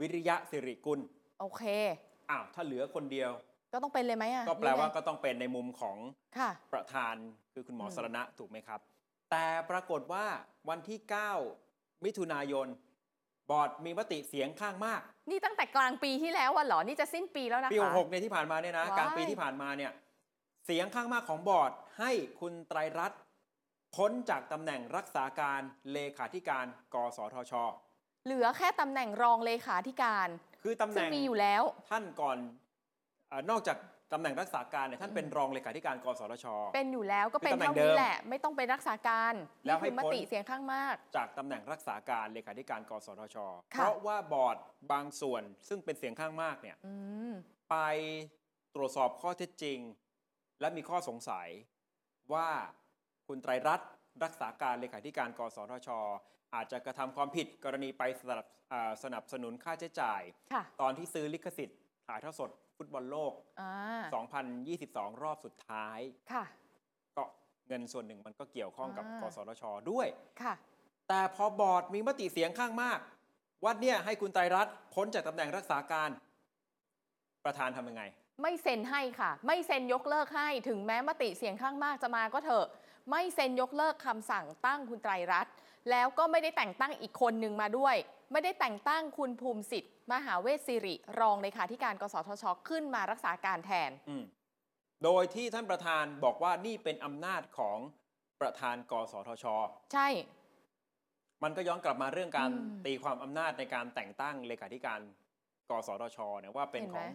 วิริยะสิริกุล โอเค อ้าวถ้าเหลือคนเดียว ก็ต้องเป็นเลยไหมอ่ะ ก็แปลว่า หรือไง ก็ต้องเป็นในมุมของ ค่ะ ประธานคือคุณหมอ อืม สรณะถูกไหมครับ แต่ปรากฏว่าวันที่ 9 มิถุนายน บอร์ดมีมติเสียงข้างมาก นี่ตั้งแต่กลางปีที่แล้วอะเหรอ นี่จะสิ้นปีแล้วนะคะ ปี66ในยที่ผ่านมาเนี่ยนะ ว้าย กลางปีที่ผ่านมาเนี่ย เสียงข้างมากของบอร์ดให้คุณไตรรัตน์พ้นจากตำแหน่งรักษาการเลขาธิการ กสทช เหลือแค่ตำแหน่งรองเลขาธิการ คือตำแห ซึ่ง น่ง มีอยู่แล้ว ท่านก่อนเอ่อนอกจากตำแหน่งรักษาการเนี่ยท่านเป็นรองเลขาธิการ กสทช เป็นอยู่แล้วก็เป็น คือตำแหน่ เท่าง เดิม นี้แหละ ไม่ต้องไปรักษาการ แล้วให้ นี่คือม พ้น ติเสียงข้างมาก จากตำแหน่งรักษาการเลขาธิการ กสทช ค่ะ เพราะว่าบอร์ดบางส่วนซึ่งเป็นเสียงข้างมากเนี่ย อืม ไปตรวจสอบข้อเท็จจริง และมีข้อสงสัยว่าคุณไตรรัตน์รักษาการเลขาธิการ กสทช อาจจะกระทำความผิดกรณีไปสนับอ่าสนับสนุนค่าใช้จ่าย ค่ะ ตอนที่ซื้อลิขสิทธิ์ถ่ายทอดสดฟุตบอลโลก อ่า 2022 รอบสุดท้าย ค่ะ ก็เงินส่วนหนึ่งมันก็เกี่ยวข้องกับ อ่า กสทช ด้วย ค่ะ แต่พอบอร์ดมีมติเสียงข้างมาก ว่าเนี่ยให้คุณไตรรัตน์พ้นจากตำแหน่งรักษาการ ประธานทำยังไง ไม่เซ็นให้ค่ะ ไม่เซ็นยกเลิกให้ถึงแม้มติเสียงข้างมากจะมาก็เถอะ ไม่เซ็นยกเลิกคำสั่งตั้งคุณไตรรัตน์แล้วก็ไม่ได้แต่งตั้งอีกคนหนึ่งมาด้วย ไม่ได้แต่งตั้งคุณภูมิสิทธิ์ มหาเวชสิริ รองเลขาธิการ กสทช ขึ้นมารักษาการแทน อืมโดยที่ท่านประธานบอกว่านี่เป็นอำนาจของประธาน กสทช ใช่ มันก็ย้อนกลับมาเรื่องการ อืม ตีความอำนาจในการแต่งตั้งเลขาธิการ กสทชเนี่ยว่าเป็น เห็น ข ไหม อง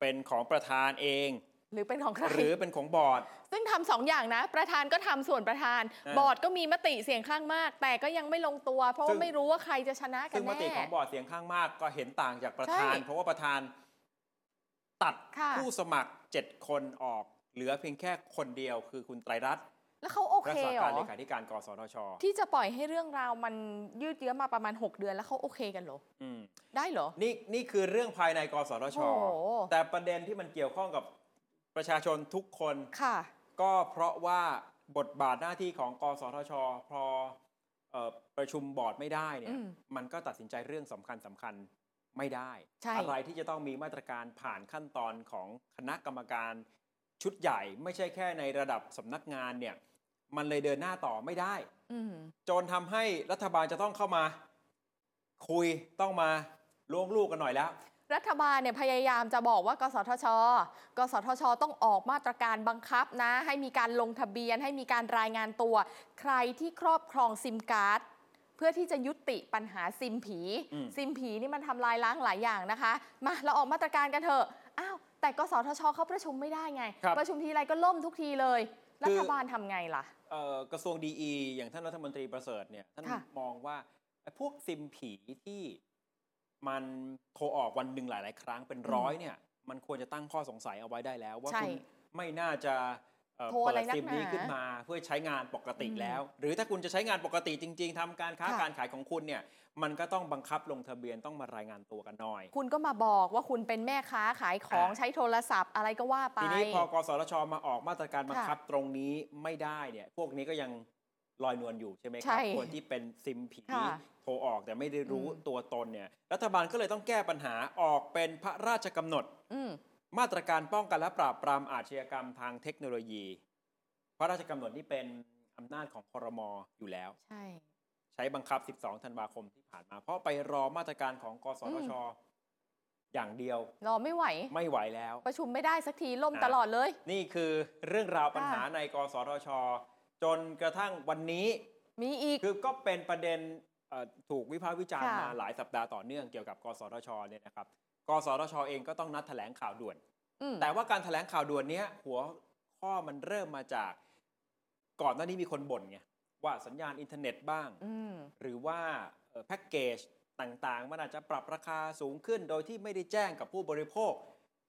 เป็นของประธานเอง หรือเป็นของใคร หรือเป็นของบอร์ด ซึ่งทำสองอย่างนะ ประธานก็ทำส่วนประธาน อ่า บอร์ดก็มีมติเสียงข้างมาก แต่ก็ยังไม่ลงตัว เพราะ ซึ่ ว่าง ไม่รู้ว่าใครจะชนะกัน ซึ่งม แน่ ติของบอร์ดเสียงข้างมากก็เห็นต่างจากประธาน ใช่ เพราะว่าประธานตัด ค่ะ ผู้สมัคร 7 คนออก เหลือเพียงแค่คนเดียวคือคุณไตรรัตน์ แล้วเขาโอ รั เค ษา เหร การเล อ ขาธิการกสทช ที่จะปล่อยให้เรื่องราวมันยืดเยื้อมาประมาณหกเดือนแล้วเขาโอเคกันเหรอ อืม ได้เหรอ นี่นี่คือเรื่องภายในกสทช โอ้โห แต่ประเด็นที่มันเกี่ยวข้องกับประชาชนทุกคน ค่ะ ก็เพราะว่าบทบาทหน้าที่ของกสทช พอเอ่อประชุมบอร์ดไม่ได้เนี่ อื ย ม มันก็ตัดสินใจเรื่องสำคัญสำคัญไม่ได้ ใช่ อะไรที่จะต้องมีมาตรการผ่านขั้นตอนของคณะกรรมการชุดใหญ่ ไม่ใช่แค่ในระดับสำนักงานเนี่ยมันเลยเดินหน้าต่อไม่ได้ อืม จนทำให้รัฐบาลจะต้องเข้ามา คุยต้องมาล้วงลูกกันหน่อยแล้ว รัฐบาลเนี่ยพยายามจะบอกว่ากสทช กสทช ต้องออกมาตรการบังคับนะ ให้มีการลงทะเบียน ให้มีการรายงานตัว ใครที่ครอบครองซิมการ์ดเพื่อที่จะยุติปัญหาซิมผี อืม ซิมผีนี่มันทำลายล้างหลายอย่างนะคะ มาเราออกมาตรการกันเถอะ อ้าว แต่กสทชเขาประชุมไม่ได้ไง ครับ ประชุมทีไรก็ล่มทุกทีเลย คือ รัฐบาลทำไงล่ะ เอ่อกระทรวงดีอีอย่างท่านรัฐมนตรีประเสริฐเนี่ยท่าน ค่ะ มองว่าไอ้พวกซิมผีที่มันโทรออกวันหนึ่งหลาย ๆ ครั้งเป็นร้อยเนี่ย มันควรจะตั้งข้อสงสัยเอาไว้ได้แล้ว ว่า ใช่ คุณไม่น่าจะเอ่อ โทรอะ เปิ ไร ด นัก ซิมนี้ หนา ขึ้นมาเพื่อใช้งานปกติ อืม แล้ว หรือถ้าคุณจะใช้งานปกติจริง ๆทำการค้า ค่ะ การขายของคุณเนี่ยมันก็ต้องบังคับลงทะเบียนต้องมารายงานตัวกันหน่อย คุณก็มาบอกว่าคุณเป็นแม่ค้าขายของ อ่า ใช้โทรศัพท์อะไรก็ว่าไป ทีนี้พอกสทชมาออกมาตรการบัง ค่ะ คับตรงนี้ไม่ได้เนี่ย พวกนี้ก็ยัง ลอยนวลอยู่ใช่ไหมค ใช่ รับคนที่เป็นซิมผี ค่ะ โทรออกแต่ไม่ได้รู้ อืม ตัวตนเนี่ยรัฐบาลก็เลยต้องแก้ปัญหาออกเป็นพระราชกำหนด อืม มาตรการป้องกันและปราบปรามอาชญากรรมทางเทคโนโลยี พระราชกำหนดนี่เป็นอำนาจของคอรมออยู่แล้ว ใช่ ใช้บังคับ 12 ธันวาคมที่ผ่านมา เพราะไปรอมาตรการของกสทช อย่างเดียว รอไม่ไหว ไม่ไหวแล้ว ประชุมไม่ได้สักทีล่ม อ่ะ ตลอดเลย นี่คือเรื่องราวปัญหาในกสทช จนกระทั่งวันนี้ มีอีก คือก็เป็นประเด็นเอ่อถูกวิพากษ์วิจารณ์ ค่ะ มาหลายสัปดาห์ต่อเนื่องเกี่ยวกับกสทชเนี่ยนะครับ กสทช เองก็ต้องนัดแถลงข่าวด่วน ม แต่ว่าการแถลงข่าวด่วนเนี้ยหัวข้อมันเริ่มมาจากก่อนหน้านี้มีคนบ่นไงว่าสัญญาณอินเทอร์เน็ตบ้าง อืม หรือว่าเอ่อแพ็กเกจต่างๆ มันอาจจะปรับราคาสูงขึ้นโดยที่ไม่ได้แจ้งกับผู้บริโภค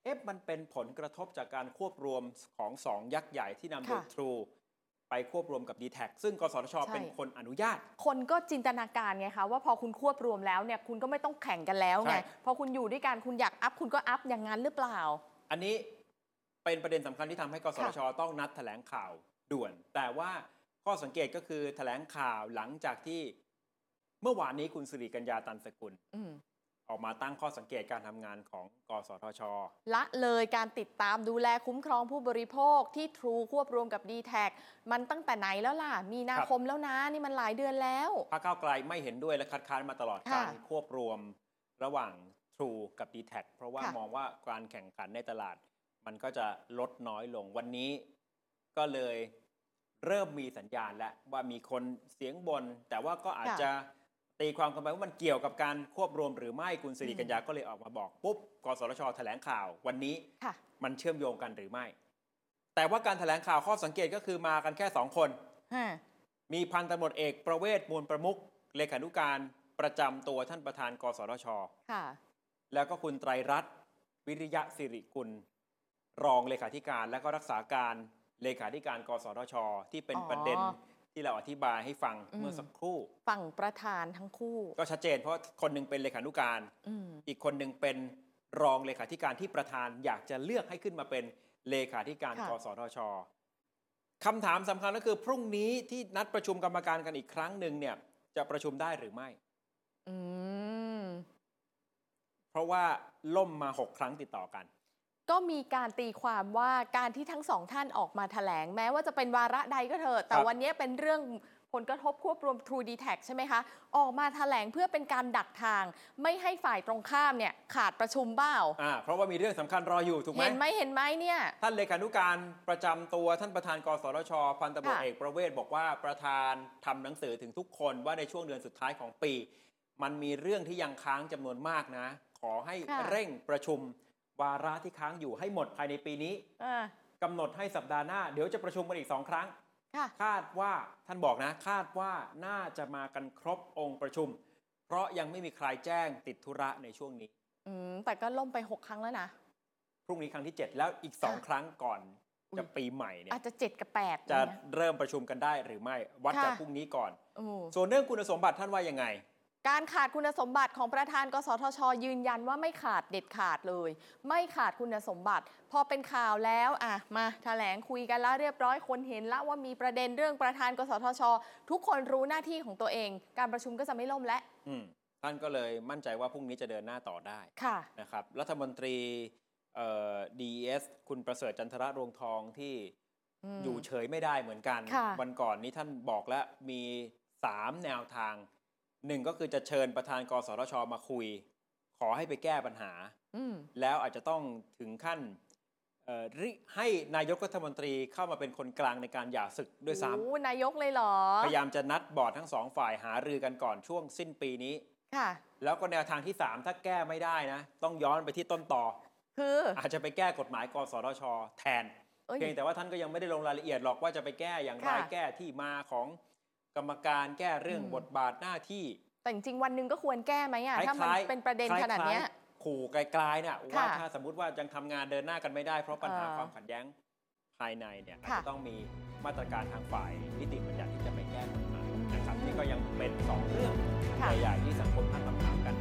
เอ๊ะมันเป็นผลกระทบจากการควบรวมของสองยักษ์ใหญ่ที่นำโดย ค่ะ True ไปควบรวมกับ d t แทซึ่งกสทช ใช่ เป็นคนอนุญาต คนก็จินตนาการไงคะว่าพอคุณควบรวมแล้วเนี่ยคุณก็ไม่ต้องแข่งกันแล้วไง ใช่ พอคุณอยู่ด้วยกันคุณอยากอัพคุณก็อัพอย่างนั้นหรือเปล่า อันนี้เป็นประเด็นสำคัญที่ทำให้กสทช ต้องนัดแถลงข่าวด่วน แต่ว่าข้อสังเกตก็คือแถลงข่าวหลังจากที่เมื่อวานนี้คุณสิริกัญญาตันสกุล อืม ออกมาตั้งข้อสังเกตการทำงานของกสทช ละเลยการติดตามดูแลคุ้มครองผู้บริโภคที่ True ควบรวมกับ d t แทมันตั้งแต่ไหนแล้วล่ะ มีนา ครับ คมแล้วนะนี่มันหลายเดือนแล้ว พรรคก้าวไกลไม่เห็นด้วยและคัดค้านมาตลอด ค่ะ การควบรวมระหว่าง True กับ d t แทเพราะว่า ค่ะ มองว่าการแข่งขันในตลาด มันก็จะลดน้อยลงวันนี้ก็เลยเริ่มมีสัญญาณแล้วว่ามีคนเสียงบน แต่ว่าก็อาจจะตีความกันไปว่ามันเกี่ยวกับการควบรวมหรือไม่คุณสิริกัญญาก็เลยออกมาบอกปุ๊บกสทชแถลงข่าววันนี้ ค่ะ มันเชื่อมโยงกันหรือไม่ แต่ว่าการแถลงข่าวข้อสังเกตก็คือมากันแค่สองคน ฮะ มีพันตำรวจเอกประเวศมวลประมุกเลขานุการประจำตัวท่านประธาน กสทช ค่ะ แล้วก็คุณไตรรัตน์วิริยะสิริกุล รองเลขาธิการและก็รักษาการเลขาธิการ กสทช ที่เป็น อ๋อ ประเด็นที่เราอธิบายให้ฟัง อืม เมื่อสักครู่ ฝั่งประธานทั้งคู่ ก็ชัดเจนเพราะคนหนึ่งเป็นเลขานุการ อืม อีกคนหนึ่งเป็นรองเลขาธิการที่ประธานอยากจะเลือกให้ขึ้นมาเป็นเลขาธิการ ค่ะ กสทชคำถามสำคัญก็คือพรุ่งนี้ที่นัดประชุมกรรมการกันอีกครั้งหนึ่งเนี่ยจะประชุมได้หรือไม่ อืม เพราะว่าล่มมา 6 ครั้งติดต่อกัน ก็มีการตีความว่าการที่ทั้งสองท่านออกมาแถลง แม้ว่าจะเป็นวาระใดก็เถอะ แต่ ครับ วันนี้เป็นเรื่องผลกระทบควบรวม True d t a c ใช่ไหมคะ ออกมาแถลงเพื่อเป็นการดักทาง ไม่ให้ฝ่ายตรงข้ามเนี่ยขาดประชุมเบ้า อ่าเพราะว่ามีเรื่องสำคัญรออยู่ถูกไหม เห็นไหมเห็นไหมเนี่ย ท่านเลขานุการประจำตัวท่านประธาน กสทช พันตำรวจ ค่ะ เอกประเวศบอกว่าประธานทำหนังสือถึงทุกคนว่าในช่วงเดือนสุดท้ายของปี มันมีเรื่องที่ยังค้างจำนวนมากนะ ขอให้เร่งประชุมวาระที่ค้างอยู่ให้หมดภายในปีนี้ อ่าก ำหนดให้สัปดาห์หน้า เดี๋ยวจะประชุมกันอีกสองครั้ง ค่ะ คาดว่าท่านบอกนะ คาดว่าน่าจะมากันครบองค์ประชุม เพราะยังไม่มีใครแจ้งติดธุระในช่วงนี้ อืม แต่ก็ล่มไป 6 ครั้งแล้วนะ พรุ่งนี้ครั้งที่ 7 แล้วอีก 2 ค่ะ ครั้งก่อน อุ๊ย จะปีใหม่เนี่ย อาจจะ 7 กับ8อจะย่างเงี้ย เริ่มประชุมกันได้หรือไม่วัด ค่ะ จากพรุ่งนี้ก่อน โอ้ ส่วนเรื่องคุณสมบัติท่านว่ายังไง การขาดคุณสมบัติของประธาน กสทช ยืนยันว่าไม่ขาดเด็ดขาดเลย ไม่ขาดคุณสมบัติ พอเป็นข่าวแล้วอ่ะมาแถลงคุยกันแล้วเรียบร้อยคนเห็นละว่ามีประเด็นเรื่องประธาน กสทช ทุกคนรู้หน้าที่ของตัวเอง การประชุมก็จะไม่ล่มและ อืมท่านก็เลยมั่นใจว่าพรุ่งนี้จะเดินหน้าต่อได้ ค่ะ นะครับรัฐมนตรีเอ่อ DES คุณประเสริฐจันทระรวงทองที่อยู่เฉยไม่ได้เหมือนกัน ค่ะ วันก่อนนี้ท่านบอกแล้วมี 3 แนวทางหนึ่งก็คือจะเชิญประธานกสทชมาคุย ขอให้ไปแก้ปัญหา อืม แล้วอาจจะต้องถึงขั้นเอ่อริให้นายกรัฐมนตรีเข้ามาเป็นคนกลางในการหย่าศึกด้วยซ้ โอ้นายกเลยเหรอ ำพยายามจะนัดบอร์ดทั้งสองฝ่ายหารือกันก่อนช่วงสิ้นปีนี้ ค่ะ แล้วก็แนวทางที่ 3 ถ้าแก้ไม่ได้นะ ต้องย้อนไปที่ต้นต่อ คือ อาจจะไปแก้กฎหมายกสทช แทน เอ้ย เพียงแต่ว่าท่านก็ยังไม่ได้ลงรายละเอียดหรอกว่าจะไปแก้อย่างไร ค่ะ แก้ที่มาของกรรมการแก้เรื่อง อืม บทบาทหน้าที่ แต่จริงๆวันหนึ่งก็ควรแก้ไหมอ่ะ คล้ายๆ ถ้ามันเป็นประเด็น คล้ยขๆนาดเนี้ย ขู่ไกลๆน่ะว่า ค่ะ ถ้าสมมติว่ายังทำงานเดินหน้ากันไม่ได้ เพราะปัญหา เออ ความขัดแย้งภายในเนี่ยอาจ ค่ะ จะต้องมีมาตรการทางฝ่ายนิติบัญญัติที่จะไปแก้ปัญหานะครับนี่ก็ยังเป็นสองเรื่อง ค่ะ ใหญ่ๆที่สังคมตั้งคำถามกัน